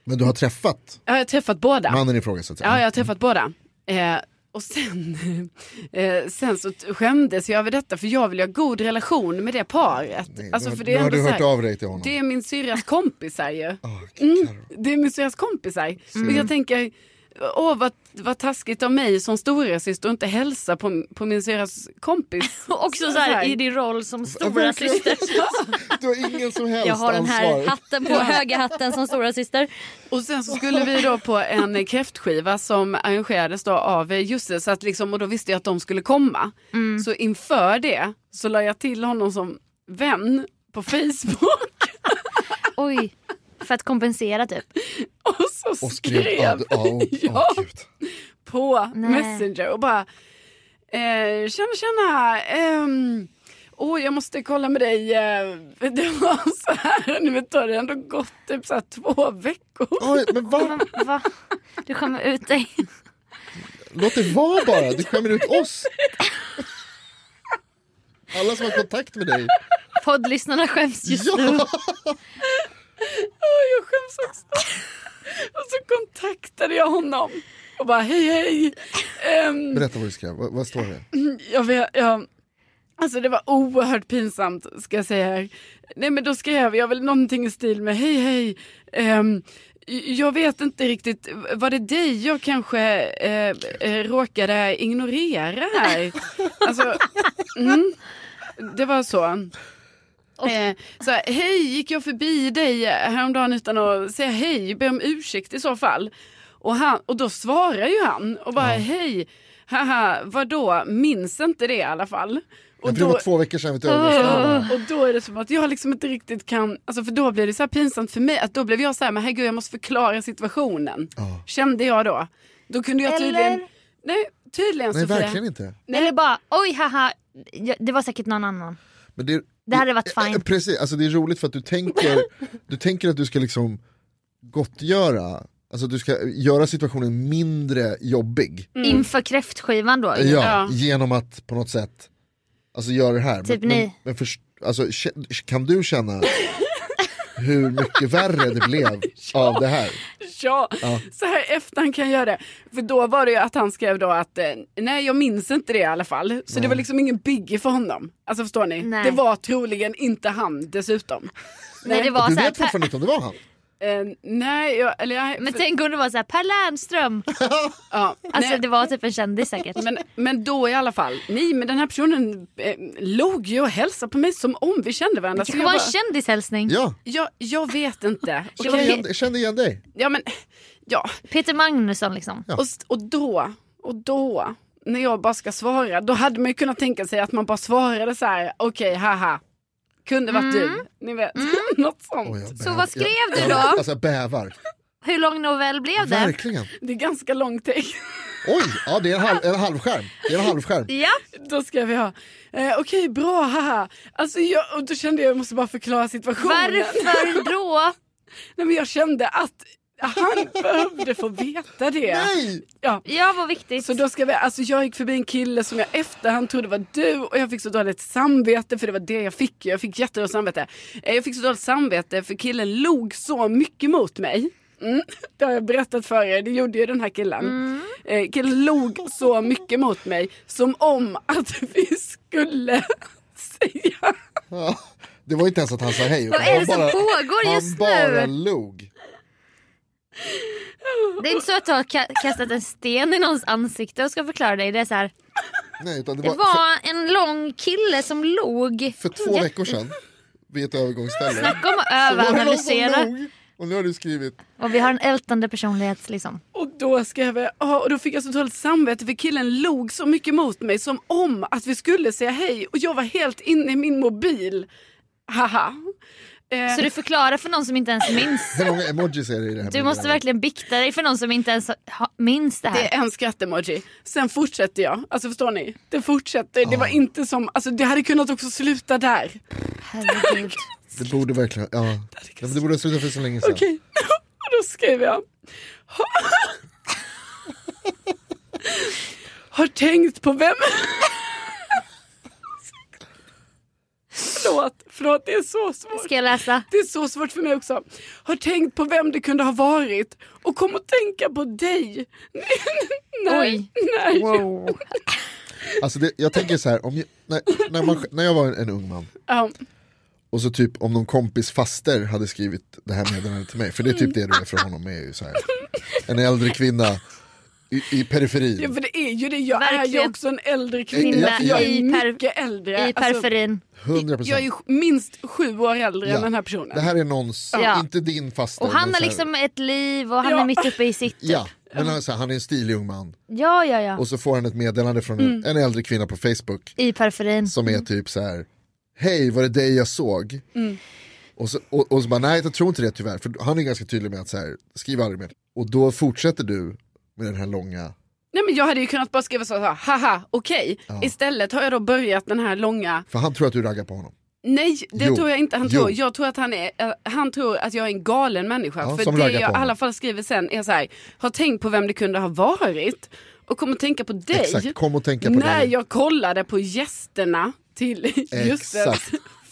S3: Men du har träffat
S2: Jag har träffat båda.
S3: mannen i fråga så att säga.
S2: Ja, jag har träffat båda. Eh, och sen, eh, sen så t- skämdes jag över detta för jag vill ju ha god relation med det paret.
S3: Nej,
S2: alltså,
S3: nu-
S2: för det är
S3: nu har
S2: ändå
S3: du
S2: så
S3: hört
S2: här,
S3: av dig till honom.
S2: det är min syrras kompisar ju.
S3: Ah,
S2: Mm,
S3: Karo.
S2: det är min syrras kompisar. Och
S3: Mm.
S2: jag tänker, åh vad, vad taskigt av mig som storasyster att inte hälsa på, på min syrras kompis.
S1: Och också så här, i din roll som stora
S3: verkligen.
S1: syster.
S3: Du har ingen som helst
S1: Jag har den här
S3: ansvar.
S1: hatten på, höga hatten som stora syster.
S2: Och sen så skulle vi då på en eh, kräftskiva som arrangerades då av eh, Jussi så att liksom, och då visste jag att de skulle komma.
S3: Mm.
S2: Så inför det så la jag till honom som vän på Facebook
S1: Oj. För att kompensera typ.
S2: och så
S3: Och
S2: skrev,
S3: skrev, ja, du- ja, oh,
S2: Ja.
S3: oh, gud.
S2: på
S1: Nej.
S2: Messenger och bara eh, tjena tjena ehm, Åh, jag måste kolla med dig. eh, Det var så här, nu vet, har det ändå gått typ så här två veckor.
S3: Oj, men va?
S1: Men, va? Du skämmer ut dig.
S3: Låt det vara bara, du skämmer ut oss. Alla som har kontakt med dig.
S1: Poddlyssnarna skäms just nu.
S3: Ja,
S2: Åh, jag skäms också. Och så kontaktade jag honom och bara hej hej. Ehm,
S3: berätta vad du skrev, vad, vad står det?
S2: jag vet, jag, alltså det var oerhört pinsamt ska jag säga. här. Nej men då skrev jag väl någonting i stil med hej hej. Ehm, jag vet inte riktigt, var det dig jag kanske eh, eh, råkade ignorera här? Alltså, mm, det var så. Eh, så här, hej, gick jag förbi dig häromdagen utan att säga hej? Be om ursäkt i så fall. Och, han, och då svarar ju han och bara hej, haha, vadå, minns inte det i alla fall. Och
S3: Jag tror det
S2: då, Ah.
S3: var två veckor sedan vi tog
S1: Åh.
S3: över.
S2: och då är det som att jag liksom inte riktigt kan, alltså för då blir det så här pinsamt för mig att då blev jag så här, men herregud jag måste förklara situationen.
S3: Ja.
S2: Kände jag då. Då kunde jag tydligen,
S1: Eller?
S2: nej tydligen
S3: Nej,
S2: Sofia.
S3: verkligen inte.
S1: Eller bara oj haha, ja, det var säkert någon annan.
S3: Men det,
S1: Det hade varit
S3: Eh, eh,
S1: fint.
S3: Precis, alltså det är roligt för att du tänker, du tänker att du ska liksom gottgöra, alltså du ska göra situationen mindre jobbig.
S2: mm.
S1: Inför kräftskivan då.
S3: Mm. Ja,
S2: Ja.
S3: genom att på något sätt Alltså gör det här.
S1: Typ
S3: men, men,
S1: ni.
S3: men först, alltså, kä- kan du känna hur mycket värre det blev av det här?
S2: Ja,
S3: Ja.
S2: så här i efterhand kan jag göra det. För då var det ju att han skrev då att eh, nej jag minns inte det i alla fall. Så det var liksom ingen biggie för honom. Alltså förstår ni?
S1: Nej.
S2: Det var troligen inte han dessutom.
S1: Nej, det var
S3: Du
S1: så här,
S3: vet
S1: per,
S3: fortfarande inte om det var han?
S2: Eh, nej, jag, eller jag,
S1: men
S2: för-
S1: tänk om det var så här, Per Lernström.
S2: ja,
S1: Alltså
S2: nej,
S1: det var typ en kändis säkert.
S2: men, men då i alla fall, nej men den här personen eh, log ju och hälsade på mig som om vi kände varandra. Så
S1: det
S2: jag,
S1: var en
S2: bara,
S1: kändishälsning.
S3: alltså, Ja,
S2: jag, jag vet inte.
S1: Det var
S3: jag
S2: Okej.
S3: kände, jag kände igen dig.
S2: Ja men, ja.
S1: Peter Magnusson liksom.
S3: Ja.
S2: Och, och då, och då, när jag bara ska svara, då hade man ju kunnat tänka sig att man bara svarade så här, okej, haha, kunde varit du, ni vet, något sånt.
S3: Oj, jag
S1: Så
S3: bävar.
S1: vad skrev
S3: Jag-
S1: du då?
S3: Alltså jag bävar.
S1: Hur lång novell blev det?
S3: Verkligen.
S2: Det är ganska lång text.
S3: Oj, ja, det är en, halv, en halvskärm. Det är en halvskärm.
S1: Ja,
S2: Då skrev jag, eh, okej bra haha. Alltså jag, och då kände jag, jag måste bara förklara situationen.
S1: varför då?
S2: Nej men jag kände att han behövde få veta det.
S3: Nej!
S2: Ja.
S1: Ja, vad viktigt.
S2: Så då skrev jag, alltså jag gick förbi en kille som jag efterhand trodde var du och jag fick så dåligt samvete för det var det jag fick ju. Jag fick jättedåligt samvete. Eh, Jag fick så dåligt samvete för killen log så mycket mot mig. Mm, det har jag berättat för er, det gjorde ju den här killen. Eh, killen log så mycket mot mig som om att vi skulle säga
S3: Ja. Det var inte ens att han sa hej. utan
S1: Vad är det
S3: han
S1: som pågår
S3: han
S1: just
S3: bara
S1: nu?
S3: log.
S1: Det är inte så att du har ka- kastat en sten i någons ansikte och ska förklara dig. Det är så här,
S3: Nej, utan det
S1: det
S3: var för,
S1: var en lång kille som log.
S3: för två veckor sedan vid ett övergångsställe.
S1: Snacka om att
S3: så var det någon som
S1: överanalysera.
S3: log, Och nu har du skrivit.
S1: Och vi har en ältande personlighet liksom.
S2: Och då skrev jag, ja, och då fick jag så dåligt samvete för killen log så mycket mot mig som om att vi skulle säga hej och jag var helt inne i min mobil. Haha. Eh,
S1: Så du förklarar för någon som inte ens minns.
S3: Hur många emojis är det i det här?
S1: Du måste
S3: meddelandet?
S1: verkligen bikta dig för någon som inte ens ha- minns det
S2: det
S1: här.
S2: är en skrattemoji. Sen fortsätter jag. Alltså förstår ni? Det fortsätter. Det var inte som, alltså det hade kunnat också sluta där.
S1: Herregud.
S3: Det borde verkligen, ja. Ja, men Det borde ha slutat för så länge sedan.
S2: Okej. och då skrev jag. "Ha- Har tänkt på vem... förlåt, förlåt det är så svårt.
S1: Ska jag läsa?
S2: Det är så svårt för mig också. Har tänkt på vem det kunde ha varit och kom att tänka på dig. när,
S1: Oj.
S2: När,
S1: Wow.
S3: Alltså det, jag tänker så här, om jag, när, när, man, när jag var en, en ung man
S2: ja,
S3: och så typ om någon kompis faster hade skrivit det här meddelandet till mig, för det är typ det du är för honom är ju så här. En äldre kvinna i, i periferin.
S2: ja, för det är ju det. Jag är
S1: Verkligen.
S2: ju också en äldre kvinna.
S3: Kvinna
S2: jag är
S1: i per-
S2: mycket äldre. Alltså,
S1: I perferin.
S3: Hundra
S2: jag är
S3: procent.
S2: ju minst sju år äldre än den här personen.
S3: Det här är någons,
S1: Ja.
S3: inte din faster.
S1: Och han
S3: men
S1: har
S3: så här-
S1: liksom ett liv och han
S2: Ja.
S1: är mitt uppe i sitt.
S3: Ja, men han, så här, han är en stilig ung man.
S1: Ja, ja, ja. Mm.
S3: Och så får han ett meddelande från en, en äldre kvinna på Facebook
S1: I perferin.
S3: som är typ så här, hej var det dig jag såg?
S1: Mm.
S3: Och, så, och, och så bara, nej jag tror inte det tyvärr, för han är ganska tydlig med att så här, skriv aldrig mer. Och då fortsätter du med den här långa,
S2: Nej, men jag hade ju kunnat bara skriva så här, haha, okej. Istället har jag då börjat den här långa
S3: för han tror att du raggar på honom.
S2: Nej, det
S3: Jo.
S2: tror jag inte han
S3: Jo.
S2: tror. Jag tror att han, är, eh, han tror att jag är en galen människa.
S3: Ja,
S2: för
S3: som
S2: det
S3: raggar
S2: jag i
S3: på honom.
S2: alla fall skriver sen är så här, har tänkt på vem det kunde ha varit och kommer tänka på dig
S3: Exakt, kom och tänka på
S2: när
S3: det.
S2: jag kollade på gästerna till Jusses
S3: Exakt.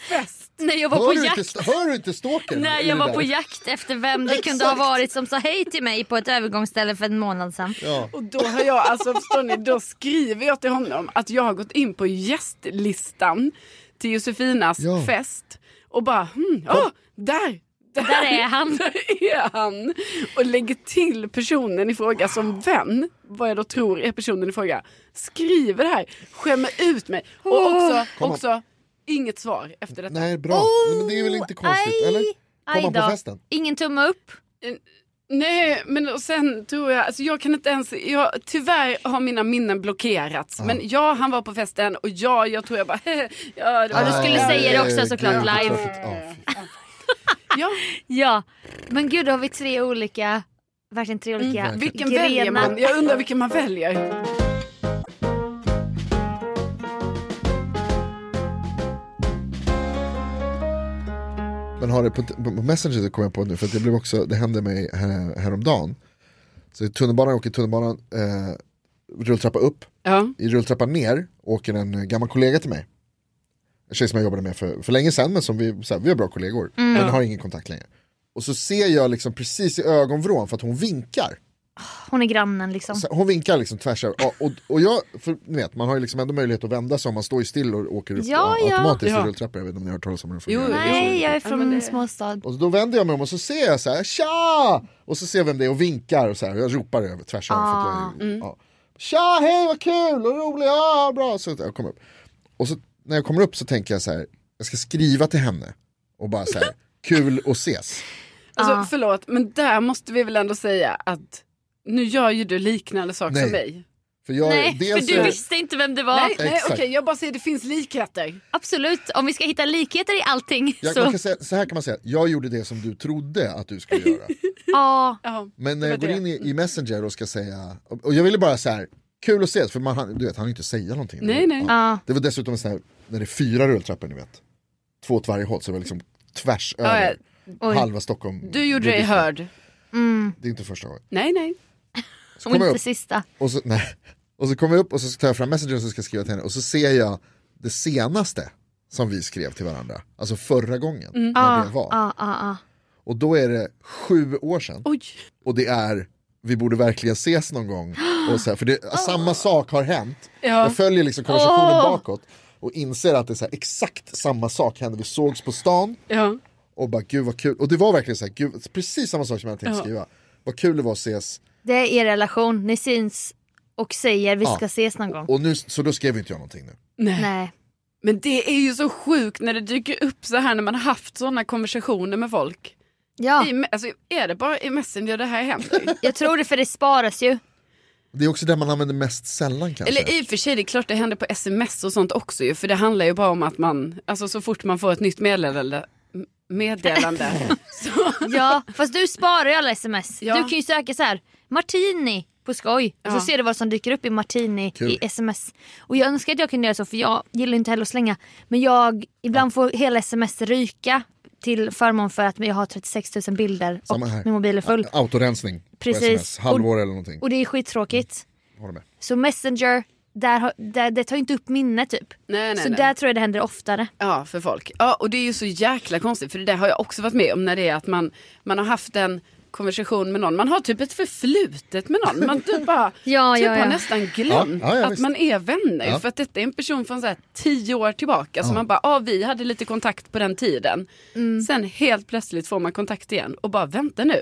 S2: fest.
S1: När jag var
S3: Hör
S1: på
S3: du,
S1: jakt.
S3: inte, st- hör du inte stalkern?
S1: När
S3: i
S1: jag
S3: det
S1: var
S3: där?
S1: på jakt efter vem det kunde ha
S3: Exakt.
S1: varit som sa hej till mig på ett övergångsställe för en månad sedan.
S3: Ja.
S2: Och då har jag, alltså förstår ni, då skriver jag till honom att jag har gått in på gästlistan till Josefinas
S3: Ja.
S2: fest och bara, hmm, åh, där!
S1: Där är han.
S2: Där är han. Och lägger till personen i fråga som vän, vad jag då tror är personen i fråga, skriver det här, skämmer ut mig. Och också,
S3: Kom.
S2: också inget svar efter detta.
S3: Nej bra, Nej, men det är väl inte konstigt
S1: aj.
S3: eller?
S1: Aj
S3: Kom han
S1: då.
S3: på festen?
S1: Ingen tumme upp.
S2: Nej, men och sen tror jag, alltså jag kan inte ens, jag, tyvärr har mina minnen blockerats. Men ja, han var på festen och ja, jag tror jag bara, ja, det var
S1: Ja, du skulle
S2: ja,
S1: säga det också
S3: Herregud,
S1: såklart,
S3: vad
S1: live.
S3: tråkigt. Ja, fy fan.
S2: Ja,
S1: Ja. Men gud, då har vi tre olika, verkligen tre olika
S3: Mm, verkligen.
S2: vilken
S1: grenar.
S2: väljer man? Jag undrar vilken man väljer.
S3: Men har det på, på Messenger så kom jag på nu, för att det, blev också, det hände mig här, häromdagen. Så i tunnelbanan, jag åker tunnelbanan, eh, rulltrappa upp,
S2: Ja,
S3: i rulltrappan ner åker en eh, gammal kollega till mig. En tjej som jag jobbade med för, för länge sedan, men som vi, så här, vi är bra kollegor, men har ingen kontakt längre. Och så ser jag liksom precis i ögonvrån för att hon vinkar.
S1: Hon är grannen liksom.
S3: Så här, hon vinkar liksom tvärs över. Ja, Och, och jag, för, ni vet, man har ju liksom ändå möjlighet att vända sig om man står ju still och åker upp
S1: Ja,
S3: ja,
S1: ja.
S3: automatiskt i
S2: Ja.
S3: rulltrappor. Jag vet inte om ni har hört talas om hur det
S2: Jo,
S3: fungerar.
S2: jo.
S1: Nej, jag är
S2: Ja,
S1: från
S2: men det-
S1: en småstad.
S3: Och då vänder jag mig om och så ser jag så här, tja! Och så ser jag vem det är och vinkar och så här, jag ropar över, tvärs över. För att jag, är- ja. Tja, hej vad kul och roligt, ja bra. Så jag kommer upp. Och så när jag kommer upp så tänker jag så här, jag ska skriva till henne och bara så här, kul att ses.
S2: alltså
S1: Ja.
S2: förlåt, men där måste vi väl ändå säga att nu gör ju du liknande sak
S3: Nej.
S2: som mig.
S3: För, jag,
S1: Nej, för
S3: dels
S1: du
S3: är-
S1: visste inte vem det var.
S2: Nej, nej
S3: Exakt.
S2: okej, jag bara säger det finns likheter.
S1: Absolut, om vi ska hitta likheter i allting
S3: jag,
S1: så...
S3: man kan säga, så här kan man säga, jag gjorde det som du trodde att du skulle göra.
S1: Ja,
S2: Ja.
S3: Men när jag
S2: var
S3: går
S2: det.
S3: in i, i Messenger och ska säga, och och jag ville bara så här, kul att ses, för man, hann- du vet, han inte säga någonting.
S2: Nej, nej.
S1: ja.
S3: Det var dessutom en sån här, när det är fyra rulltrappor ni vet, två åt varje håll, så det var liksom tvärs
S2: ja.
S3: över
S1: Oj.
S3: halva Stockholm.
S2: Du gjorde dig hörd.
S1: Mm.
S3: Det är inte första gången.
S2: Nej, nej.
S3: Så
S1: Om
S3: kommer jag
S1: inte
S3: upp,
S1: sista.
S3: och så, nej. Och så kommer jag upp och så tar jag fram Messenger och så ska jag skriva till henne och så ser jag det senaste som vi skrev till varandra, alltså förra gången,
S2: Mm. Ah,
S3: när det var.
S1: Ja, ja, ja.
S3: Och då är det sju år sedan.
S2: Oj.
S3: och det är vi borde verkligen ses någon gång. Och så här, för det,
S2: Ah.
S3: samma sak har hänt. Jag följer liksom konversationen
S1: Åh.
S3: bakåt och inser att det är så här, exakt samma sak hände. Vi sågs på stan
S2: Ja.
S3: och bara gud vad kul. Och det var verkligen så här, gud, precis samma sak som jag tänkte
S2: Ja.
S3: skriva. Vad kul det var att ses.
S1: Det är er relation, ni syns och säger vi
S3: Ja.
S1: ska ses någon gång.
S3: Och nu, så då skrev inte jag någonting nu.
S2: Nej.
S1: Nej.
S2: Men det är ju så sjukt när det dyker upp så här när man har haft sådana konversationer med folk.
S1: Ja,
S2: I, me- alltså, är det bara i Messenger det här händer?
S1: jag tror det för det sparas ju.
S3: Det är också det man använder mest sällan kanske.
S2: Eller i och för sig, det är klart det händer på sms och sånt också ju. För det handlar ju bara om att man, alltså så fort man får ett nytt meddelande, meddelande så,
S1: Ja, fast du sparar ju alla sms.
S2: Ja.
S1: Du kan ju söka så här, Martini på skoj. Och så
S2: Ja.
S1: ser du vad som dyker upp i Martini
S3: Kul.
S1: i sms. Och jag önskar att jag kunde göra så för jag gillar inte heller att slänga. Men jag, ibland får hela sms ryka till förmån för att jag har 36 000 bilder och
S3: Samma här.
S1: min mobil är full.
S3: Autorensning
S1: eh, Precis.
S3: på sms, halvår eller någonting.
S1: Och det är skittråkigt.
S3: Håller med.
S1: Så Messenger, där, har- där, det tar ju inte upp minne typ.
S2: nej, nej,
S1: så
S2: nej.
S1: där tror jag det händer oftare.
S2: Ja, för folk. Ja, och det är ju så jäkla konstigt, för det där har jag också varit med om när det är att man, man har haft en konversation med någon. Man har typ ett förflutet med någon. Man typ bara,
S1: Ja,
S2: typ
S1: ja,
S2: har
S1: ja.
S2: nästan glömt
S3: Ja, ja, ja,
S2: att
S3: visst.
S2: man är vänner.
S3: Ja.
S2: För att detta är en person från så här tio år tillbaka. Så man bara, ja vi hade lite kontakt på den tiden.
S1: Mm.
S2: Sen helt plötsligt får man kontakt igen och bara, vänta nu.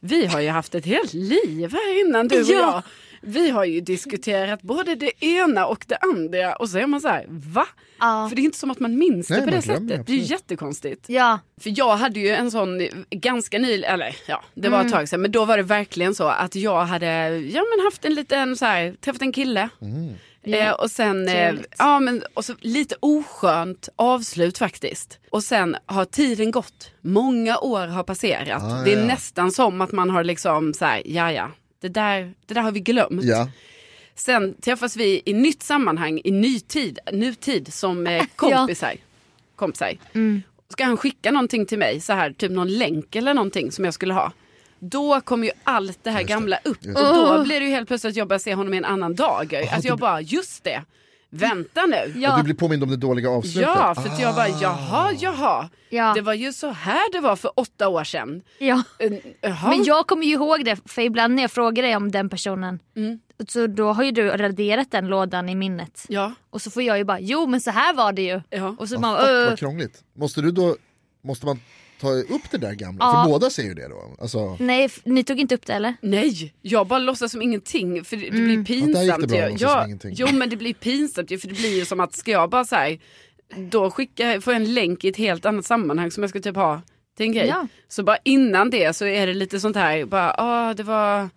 S2: Vi har ju haft ett helt liv här innan du och
S1: Ja.
S2: jag. Vi har ju diskuterat både det ena och det andra och så är man så här, va?
S1: Ja.
S2: För det är inte som att man minns
S3: Nej,
S2: det på det
S3: man glömmer,
S2: sättet. Det är ju
S3: absolut.
S2: jättekonstigt.
S1: Ja,
S2: För jag hade ju en sån ganska ny, eller ja, det var ett tag sedan, men då var det verkligen så att jag hade ja, men haft en liten så här, träffat en kille.
S3: Mm.
S2: Eh, och sen, eh,
S1: Trevligt.
S2: ja men och så lite oskönt avslut faktiskt. Och sen har tiden gått, många år har passerat.
S3: Ah,
S2: det är
S3: ja.
S2: nästan som att man har liksom så här, ja ja, det där, det där har vi glömt.
S3: Ja.
S2: Sen träffas vi i nytt sammanhang, i nutid, nutid som eh, kompisar. kompisar.
S1: Mm.
S2: Ska han skicka någonting till mig, så här, typ någon länk eller någonting som jag skulle ha. Då kommer ju allt det här gamla upp
S3: Just
S2: och då blir det ju helt plötsligt att jag börjar se honom i en annan dager. att jag bara, just det, vänta nu.
S1: ja.
S3: Och du blir påmind om det dåliga avslutet.
S2: Ja, för att jag bara, jaha, jaha.
S1: Ja.
S2: Det var ju så här det var för åtta år sedan.
S1: ja.
S2: Eh, Jaha.
S1: Men jag kommer ju ihåg det för ibland när jag frågar dig om den personen så då har ju du raderat den lådan i minnet.
S2: Ja,
S1: Och så får jag ju bara jo men så här var det ju.
S2: ja.
S1: Och så
S3: Ah,
S1: man,
S3: fuck,
S1: "Öh,
S3: vad krångligt. Måste, du då, måste man ta upp det där gamla?
S1: Ja.
S3: För båda ser ju det då. Alltså,
S1: nej f- ni tog inte upp det eller?
S2: Nej, jag bara låtsas som ingenting för det, det blir
S3: Mm. Ja, där
S2: pinsamt.
S3: gick det bra,
S2: ju.
S3: låtsas som
S2: ja,
S3: ingenting.
S2: jo men det blir pinsamt ju för det blir ju som att ska jag bara så här, då skicka, få en länk i ett helt annat sammanhang som jag ska typ ha till en grej.
S1: Ja.
S2: Så bara innan det så är det lite sånt här, bara ah, det var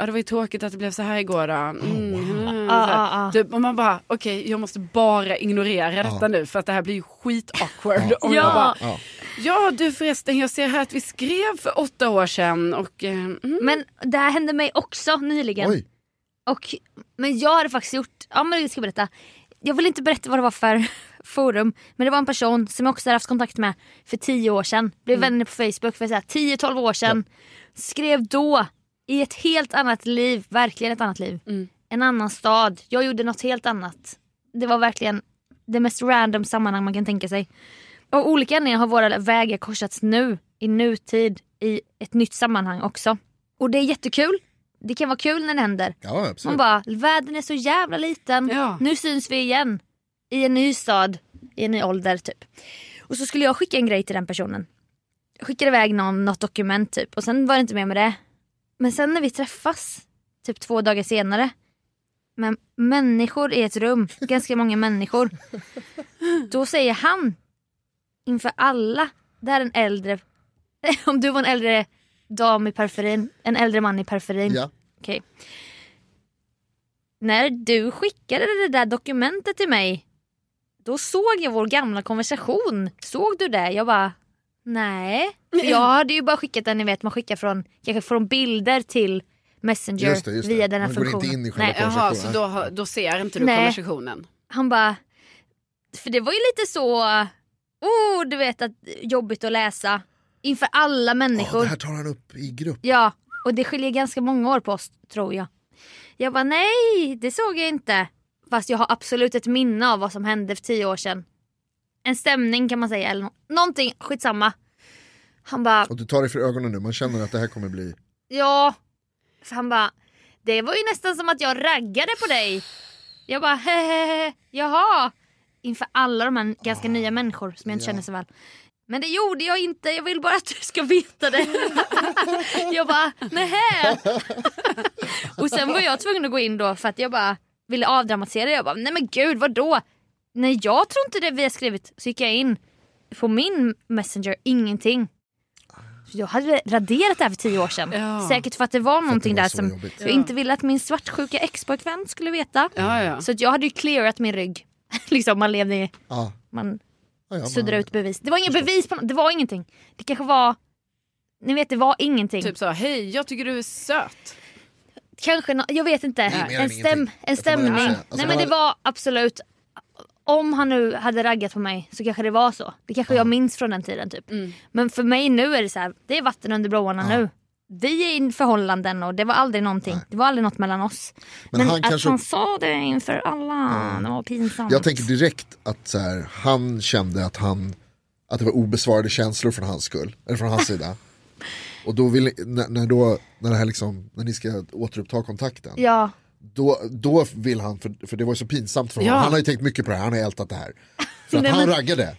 S2: Ja det var ju tråkigt att det blev så här igår då. Mm,
S3: Oh,
S2: mm, så här.
S1: Ah, ah, ah.
S2: Typ, och man bara okej jag måste bara ignorera
S3: Ah.
S2: detta nu för att det här blir ju skit awkward. om jag
S1: Ja.
S2: bara,
S3: ja.
S2: ja du förresten jag ser här att vi skrev för åtta år sedan och eh, mm,
S1: Men det här hände mig också nyligen.
S3: Oj,
S1: Och, men jag hade faktiskt gjort, ja men jag ska berätta. Jag vill inte berätta vad det var för forum men det var en person som jag också hade haft kontakt med för 10 år sedan. Blev vänner på Facebook för så här 10-12 år sedan. Skrev då i ett helt annat liv, verkligen ett annat liv. En annan stad, jag gjorde något helt annat. Det var verkligen det mest random sammanhang man kan tänka sig. Av olika anledningar har våra vägar korsats nu, i nutid, i ett nytt sammanhang också. Och det är jättekul. Det kan vara kul när det händer.
S3: ja absolut.
S1: Man bara, världen är så jävla liten.
S2: Ja.
S1: Nu syns vi igen. I en ny stad, i en ny ålder typ. Och så skulle jag skicka en grej till den personen. Jag skickade iväg någon, något dokument typ och sen var det inte mer med det. Men sen när vi träffas, typ två dagar senare. Med människor i ett rum, ganska många människor. Då säger han inför alla, det här är en äldre, om du var en äldre dam i periferin, en äldre man i periferin.
S3: Ja.
S1: Okej. när du skickade det där dokumentet till mig, då såg jag vår gamla konversation. Såg du det? Jag bara, nej. För jag hade ju bara skickat den ni vet man skickar från, kanske från bilder till Messenger
S3: Just det, just det.
S1: via den här
S3: Man går
S1: funktionen.
S3: inte in i själva
S1: nej,
S2: Jaha, så
S3: konversationen.
S2: då, har- då ser inte du
S1: Nej.
S2: konversationen?
S1: han bara, för det var ju lite så, oh du vet att jobbigt att läsa inför alla
S3: Ja,
S1: människor.
S3: det här tar han upp i grupp.
S1: Ja, och det skiljer ganska många år på oss tror jag. Jag bara nej, det såg jag inte. Fast jag har absolut ett minne av vad som hände för tio år sedan. En stämning kan man säga eller nå- någonting, skitsamma. Han bara,
S3: Och du tar det för ögonen nu, man känner att det här kommer bli...
S1: ja. Så han bara, det var ju nästan som att jag raggade på dig. Jag bara, hehehe, jaha. Inför alla de här ganska nya människor som jag inte
S3: Ja.
S1: känner så väl. Men det gjorde jag inte, jag vill bara att du ska veta det. jag bara, nähä. Och sen var jag tvungen att gå in då för att jag bara ville avdramatisera. Jag bara, nej men gud vadå? Nej jag tror inte det vi har skrivit. Så gick jag in på min messenger, ingenting. Så jag hade raderat det här för tio år sedan.
S2: Ja.
S1: Säkert för att det var någonting
S3: var
S1: där
S3: så
S1: som
S3: jobbigt.
S1: jag inte ville att min svartsjuka expojkvän skulle veta.
S2: Ja, ja.
S1: Så att jag hade ju clearat min rygg. liksom man levde i,
S3: Ja,
S1: man
S3: ja, ja,
S1: suddade
S3: man-
S1: ut bevis. Det var inga bevis på nå- det var ingenting. Det kanske var, ni vet det var ingenting.
S2: Typ så, hej jag tycker du är söt.
S1: Kanske, nå- jag vet inte.
S3: mer än
S1: En, stäm,
S3: ingenting.
S1: en
S3: Det får man
S1: stämning.
S3: väl säga. Alltså,
S1: Nej
S3: man
S1: men det
S3: hade-
S1: var absolut, om han nu hade raggat på mig så kanske det var så. Det kanske jag minns från den tiden typ. Men för mig nu är det så här, det är vatten under broarna nu. Vi är i förhållanden och det var aldrig någonting. Det var aldrig något mellan oss. Men,
S3: Men han
S1: att
S3: kanske-
S1: han sa det inför alla, det var pinsamt.
S3: Jag tänker direkt att så här, han kände att han att det var obesvarade känslor från hans skull, eller från hans sida. Och då vill, när, när då, när det här liksom, när ni ska återuppta kontakten,
S1: Ja,
S3: då, då vill han, för, för det var ju så pinsamt för honom,
S2: Ja.
S3: han har ju tänkt mycket på det här, han har ältat det här. För att
S1: Nej,
S3: han
S1: men-
S3: raggade,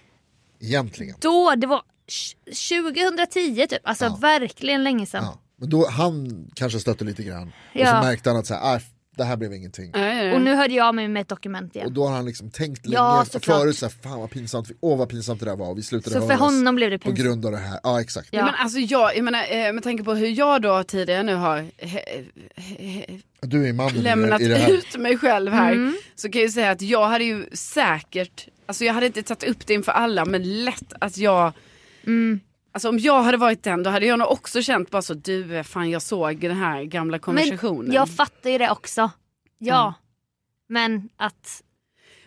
S3: egentligen.
S1: då, det var tj- 2010 typ, alltså verkligen länge sedan.
S3: Ja. Men då, han kanske stötte lite grann,
S1: Ja.
S3: och så märkte han att så här, "Ah, det här blev ingenting.
S2: Ja, ja, ja.
S1: Och nu hörde jag av mig med ett dokument igen.
S3: Och då har han liksom tänkt länge
S1: Ja, såklart.
S3: förut, så här, fan vad pinsamt, vi- åh vad pinsamt det där var, och vi slutade
S1: Så för
S3: höras
S1: honom blev det
S3: på
S1: pinsamt.
S3: grund av det här. Ja exakt.
S1: Ja.
S2: Nej, men alltså jag, jag menar, eh, med tanke på hur jag då tidigare nu har he- he- he-
S3: Du är mannen i det-
S2: lämnat
S3: i det här.
S2: ut mig själv här
S1: Mm.
S2: så kan jag ju säga att jag hade ju säkert, alltså jag hade inte tagit upp det inför alla men lätt att jag
S1: Mm.
S2: Alltså om jag hade varit den då hade jag nog också känt bara så du eh, fan jag såg den här gamla konversationen.
S1: Men jag fattar ju det också. Ja. Men att...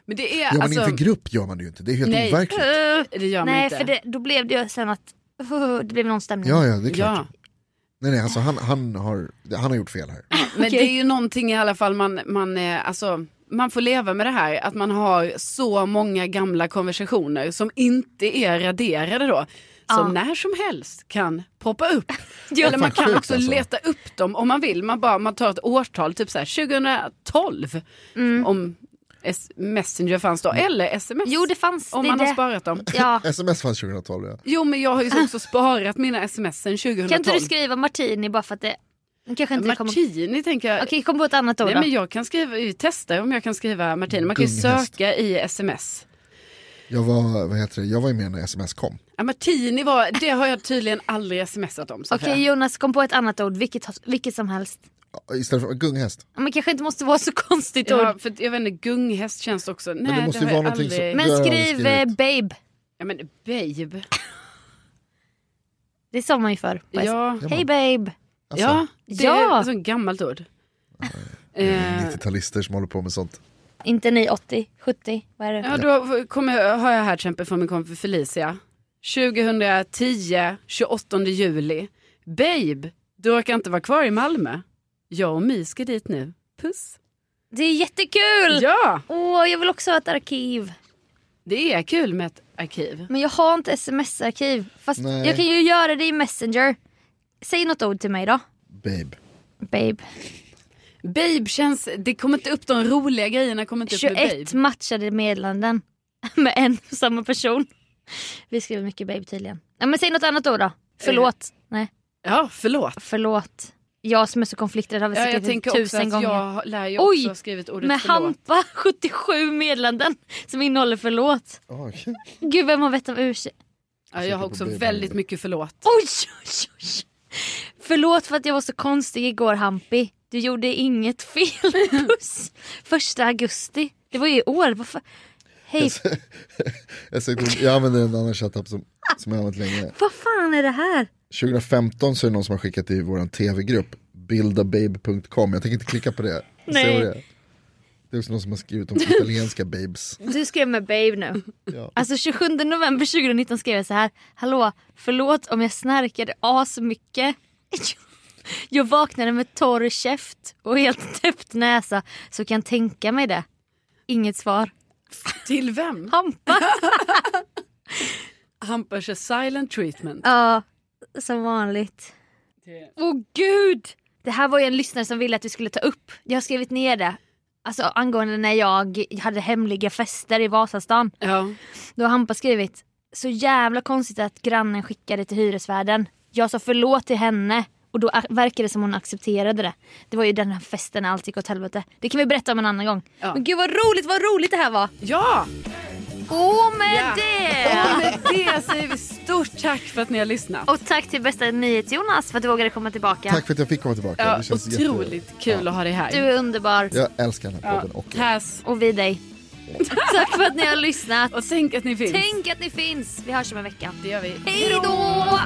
S2: Men det är
S3: Gör man
S2: alltså,
S3: inför grupp gör man det ju inte, det är helt
S2: Nej.
S3: overkligt.
S2: det gör man
S1: uh, nej,
S2: inte.
S1: för det, då blev det ju sen att... uh, det blev någon stämning.
S3: Ja, ja, det är klart.
S2: Ja,
S3: Nej, nej, alltså han, han, har, han har gjort fel här.
S2: men
S1: Okej.
S2: det är ju någonting i alla fall man, man, eh, alltså, man får leva med det här att man har så många gamla konversationer som inte är raderade då. Som när som helst kan poppa upp.
S1: Ja.
S2: Eller man
S3: Fan,
S2: kan
S3: sjukt
S2: också
S3: alltså.
S2: leta upp dem om man vill. Man, bara, man tar ett årtal, typ så här 2012. Om S- Messenger fanns då, eller sms.
S1: Mm. Jo, det fanns.
S2: om
S1: det,
S2: man har
S1: det.
S2: sparat dem.
S1: Ja.
S3: Sms fanns 2012 ja.
S2: Jo, men jag har ju också sparat mina sms sen 2012.
S1: Kan inte du skriva Martini bara för att det... Nu kanske inte det kommer... Okej,
S2: Martini tänker jag.
S1: kom på ett annat ord
S2: Nej,
S1: då.
S2: men jag kan skriva, vi testar om jag kan skriva Martini. Man kan ju
S3: Gunghäst.
S2: söka i sms.
S3: Jag var, vad heter det, jag var ju med när sms kom.
S2: Ja, Martini var, det har jag tydligen aldrig smsat om. Sofia.
S1: Okej Jonas, kom på ett annat ord, vilket, vilket som helst.
S3: Istället för gunghäst.
S1: Ja, Men kanske inte måste vara så konstigt
S2: Ja,
S1: ord.
S2: för att jag vet inte, gunghäst känns också. Nej,
S3: det måste ju
S2: har jag
S3: vara någonting som-
S2: aldrig...
S1: Men
S3: det har jag
S1: skriv
S3: aldrig
S1: eh,
S3: skrivit.
S1: babe.
S2: Ja, men babe.
S1: Det sa man ju förr. på S-
S2: Ja,
S1: Hej babe.
S3: Alltså,
S2: ja det är
S1: Ja.
S2: ett sånt gammalt ord.
S3: det
S2: Eh,
S3: är 90-talister som håller på med sånt.
S1: Inte ni 80, 70, vad är det?
S2: ja, då kommer, jag- har jag här till exempel från min kompis Felicia. 2010, 28 juli. Babe, du orkar inte vara kvar i Malmö. Jag och My ska dit nu. Puss.
S1: Det är jättekul!
S3: Mm.
S2: Ja,
S1: Åh, jag vill också ha ett arkiv.
S2: det är kul med ett arkiv.
S1: Men jag har inte sms-arkiv. Fast
S3: Nej.
S1: jag kan ju göra det i Messenger. Säg något ord till mig då.
S3: Babe.
S1: Babe.
S2: Babe känns, det kommer inte upp de roliga grejerna kommer inte upp med
S1: 21
S2: babe.
S1: matchade meddelanden med en och samma person. Vi skriver mycket babe tydligen. Ja, men säg något annat ord då. Förlåt. Nej,
S2: Ja, förlåt.
S1: förlåt. Jag som är så konflikträdd har väl
S2: Ja, jag
S1: skrivit
S2: tänker också
S1: typ tusen
S2: att
S1: gånger.
S2: jag lär ju
S1: Oj,
S2: också ha skrivit ordet
S1: Med
S2: förlåt.
S1: Hampa, 77 meddelanden som innehåller förlåt.
S3: Oj.
S1: Gud, vem har vett om ursäkt?
S2: Ja, jag har
S3: Försöker
S2: också
S3: på babe.
S2: väldigt mycket förlåt.
S1: Oj, oj, oj. Förlåt för att jag var så konstig igår Hampi. Du gjorde inget fel puss. Första augusti. Det var ju i år. Varför? Hej,
S3: Jag, ser- jag använder en annan chattapp som, som jag har använt länge.
S1: vad fan är det här?
S3: 2015 så är det någon som har skickat i vår tv-grupp bildababe.com. Jag tänker inte klicka på det. Jag ser
S1: Nej.
S3: vad det är. Det är också någon som har skrivit om italienska babes.
S1: Du skrev med babe nu.
S3: Ja.
S1: Alltså 27 november 2019 skrev jag så här. Hallå, förlåt om jag snarkade asmycket. Jag vaknade med torr käft och helt täppt näsa så kan tänka mig det. Inget svar.
S2: Till vem?
S1: Hampa.
S2: Hampa kör silent treatment.
S1: Ja, som vanligt. Åh gud! Det här var ju en lyssnare som ville att vi skulle ta upp. Jag har skrivit ner det. Alltså angående när jag hade hemliga fester i Vasastan.
S2: Ja.
S1: Då har Hampa skrivit Så jävla konstigt att grannen skickade till hyresvärden. Jag sa förlåt till henne och då a- verkar det som hon accepterade det. Det var ju den här festen när allt gick åt helvete. Det kan vi berätta om en annan gång.
S2: Ja.
S1: Men gud vad roligt, vad roligt det här var!
S2: ja!
S1: Och med
S2: Ja.
S1: det!
S2: Och med det säger vi stort tack för att ni har lyssnat.
S1: Och tack till bästa nyhet Jonas för att du vågade komma tillbaka.
S3: Tack för att jag fick komma tillbaka.
S2: Ja,
S3: Det känns jätte-
S2: otroligt kul att ha dig här.
S1: Du är underbar.
S3: Jag älskar den här
S2: ja.
S3: podden och
S2: Tass.
S1: Och vi dig. tack för att ni har lyssnat.
S2: Och tänk att ni finns.
S1: Tänk att ni finns. Vi hörs om en vecka.
S2: Det gör vi.
S1: Hej då!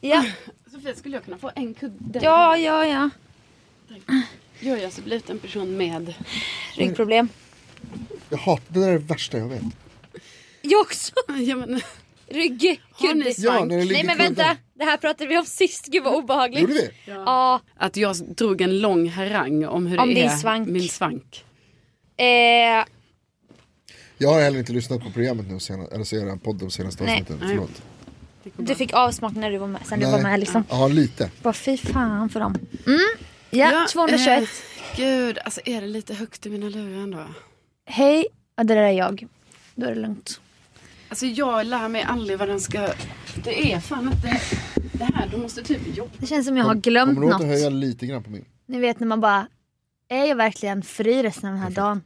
S1: Ja,
S2: Sofia, skulle jag kunna få en kudde?
S1: ja, ja. ja.
S2: Gör jag så blir ut en person med...
S1: Ryggproblem.
S3: jag hatar, det där är det värsta jag vet.
S1: Jag också.
S2: Ja, men,
S1: Rygg.
S2: har
S1: Kudde.
S2: ni svank?
S3: när det ligger
S1: Nej men
S3: kuddar.
S1: vänta. Det här pratade vi om sist. Gud vad obehagligt.
S3: Gjorde vi?
S1: Ja.
S2: Att jag drog en lång harang om hur
S1: Om
S2: det
S1: din
S2: är
S1: svank.
S2: min svank.
S1: Eh,
S3: Jag har heller inte lyssnat på programmet nu senast, eller så är det en podd de senaste
S1: Nej.
S3: avsnitten. Förlåt.
S1: du fick avsmak när du var med. Sen du var
S3: Nej.
S1: med liksom.
S3: Ja, lite.
S1: Bara fy fan för dem. Mm. Ja, 221.
S2: eh, gud, alltså är det lite högt i mina lurar ändå?
S1: Hej, ja, det där är jag. Då är det lugnt.
S2: Alltså jag lär mig aldrig vad den ska... Det är fan inte... Det här, du måste typ jobba.
S1: Det känns som jag har glömt
S3: Kommer du ihåg
S1: något.
S3: att höja lite grann på min?
S1: Ni vet när man bara, är jag verkligen fri resten av den här dagen?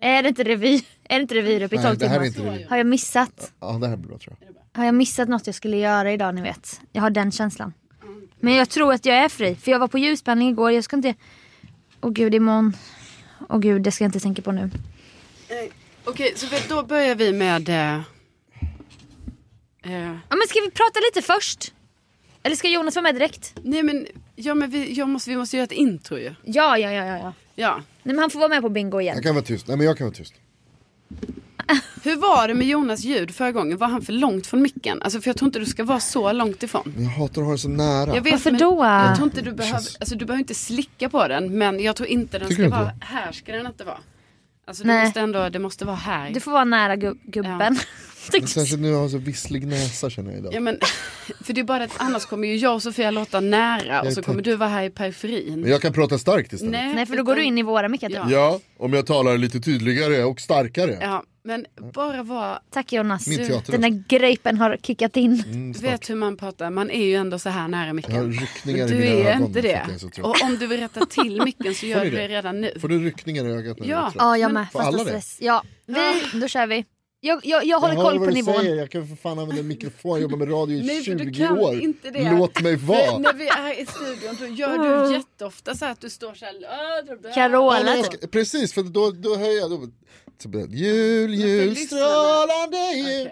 S1: Är det inte revy? Är det inte revyrupp i
S3: Nej,
S1: tolv
S3: det här
S1: timmar?
S3: är inte det.
S1: Har jag missat?
S3: Ja, det här blir bra tror jag.
S1: Har jag missat något jag skulle göra idag ni vet? Jag har den känslan. Men jag tror att jag är fri. För jag var på ljusbehandling igår. Jag ska inte... Åh gud, imorgon. Åh gud, det ska jag inte tänka på nu.
S2: Eh, Okej, så vi- då börjar vi med... Eh, eh,
S1: Ja men ska vi prata lite först? Eller ska Jonas vara med direkt?
S2: nej men, ja, men vi, jag måste, vi måste göra ett intro ju.
S1: Ja, ja, ja, ja. ja.
S2: Ja.
S1: Nej men han får vara med på bingo igen.
S3: Jag kan vara tyst. Nej men jag kan vara tyst.
S2: Hur var det med Jonas ljud förra gången? Var han för långt från micken? Alltså för jag tror inte du ska vara så långt ifrån.
S3: Men jag hatar att ha det så nära.
S2: Jag vet,
S1: Varför
S2: men
S1: då?
S2: Jag tror inte du behöver,
S3: Känns-
S2: alltså du behöver inte slicka på den men jag tror inte den
S3: Tycker
S2: ska
S3: du inte?
S2: vara, här ska den inte vara. Alltså du
S1: Nej.
S2: måste ändå, det måste vara här.
S1: Du får vara nära gub- gubben.
S3: Men särskilt nu har jag så visslig näsa känner jag idag.
S2: Ja men, för det är bara det att annars kommer ju jag och Sofia låta nära och så
S3: tänkte-
S2: kommer du vara här i periferin.
S3: Men jag kan prata starkt istället.
S1: Nej för då går du in i våra mickar typ.
S2: Ja.
S3: Ja, om jag talar lite tydligare och starkare.
S2: Ja, men bara vara,
S1: Tack Jonas.
S3: Min teater.
S1: Den där grepen har kickat in.
S3: Mm,
S2: du
S3: snart.
S2: vet hur man pratar, man är ju ändå så här nära
S3: Jag har
S2: micken.
S3: ryckningar
S2: Men du
S3: i mina
S2: är
S3: ögon.
S2: inte
S3: för att
S2: det.
S3: jag är så trött.
S2: Och om du vill rätta till micken så gör
S3: ni
S2: du
S3: det?
S2: det redan nu.
S3: Får du ryckningar i ögat när
S2: Ja.
S3: du är trött?
S1: Ja jag med.
S3: Får
S1: Fast
S3: alla
S1: en
S3: det?
S1: stress. Ja. Vi, då kör vi. Jag, jag, jag håller
S3: Jag hör
S1: koll
S3: vad
S1: på
S3: du
S1: nivån.
S3: Säger. Jag kan för fan använda mikrofon, jobba med radio i
S2: Nej, för du
S3: 20
S2: kan
S3: år.
S2: inte det.
S3: Låt mig
S2: För
S3: vara.
S2: När vi är i studion då gör du jätteofta så här att du står så här.
S3: Ja,
S1: Carola
S3: men jag
S1: typ.
S3: ska- Precis, för då, då höjer jag. Då, så blir det jul,
S2: för
S3: jul,
S2: lyssnarna-
S3: strålande jul.
S2: Okej.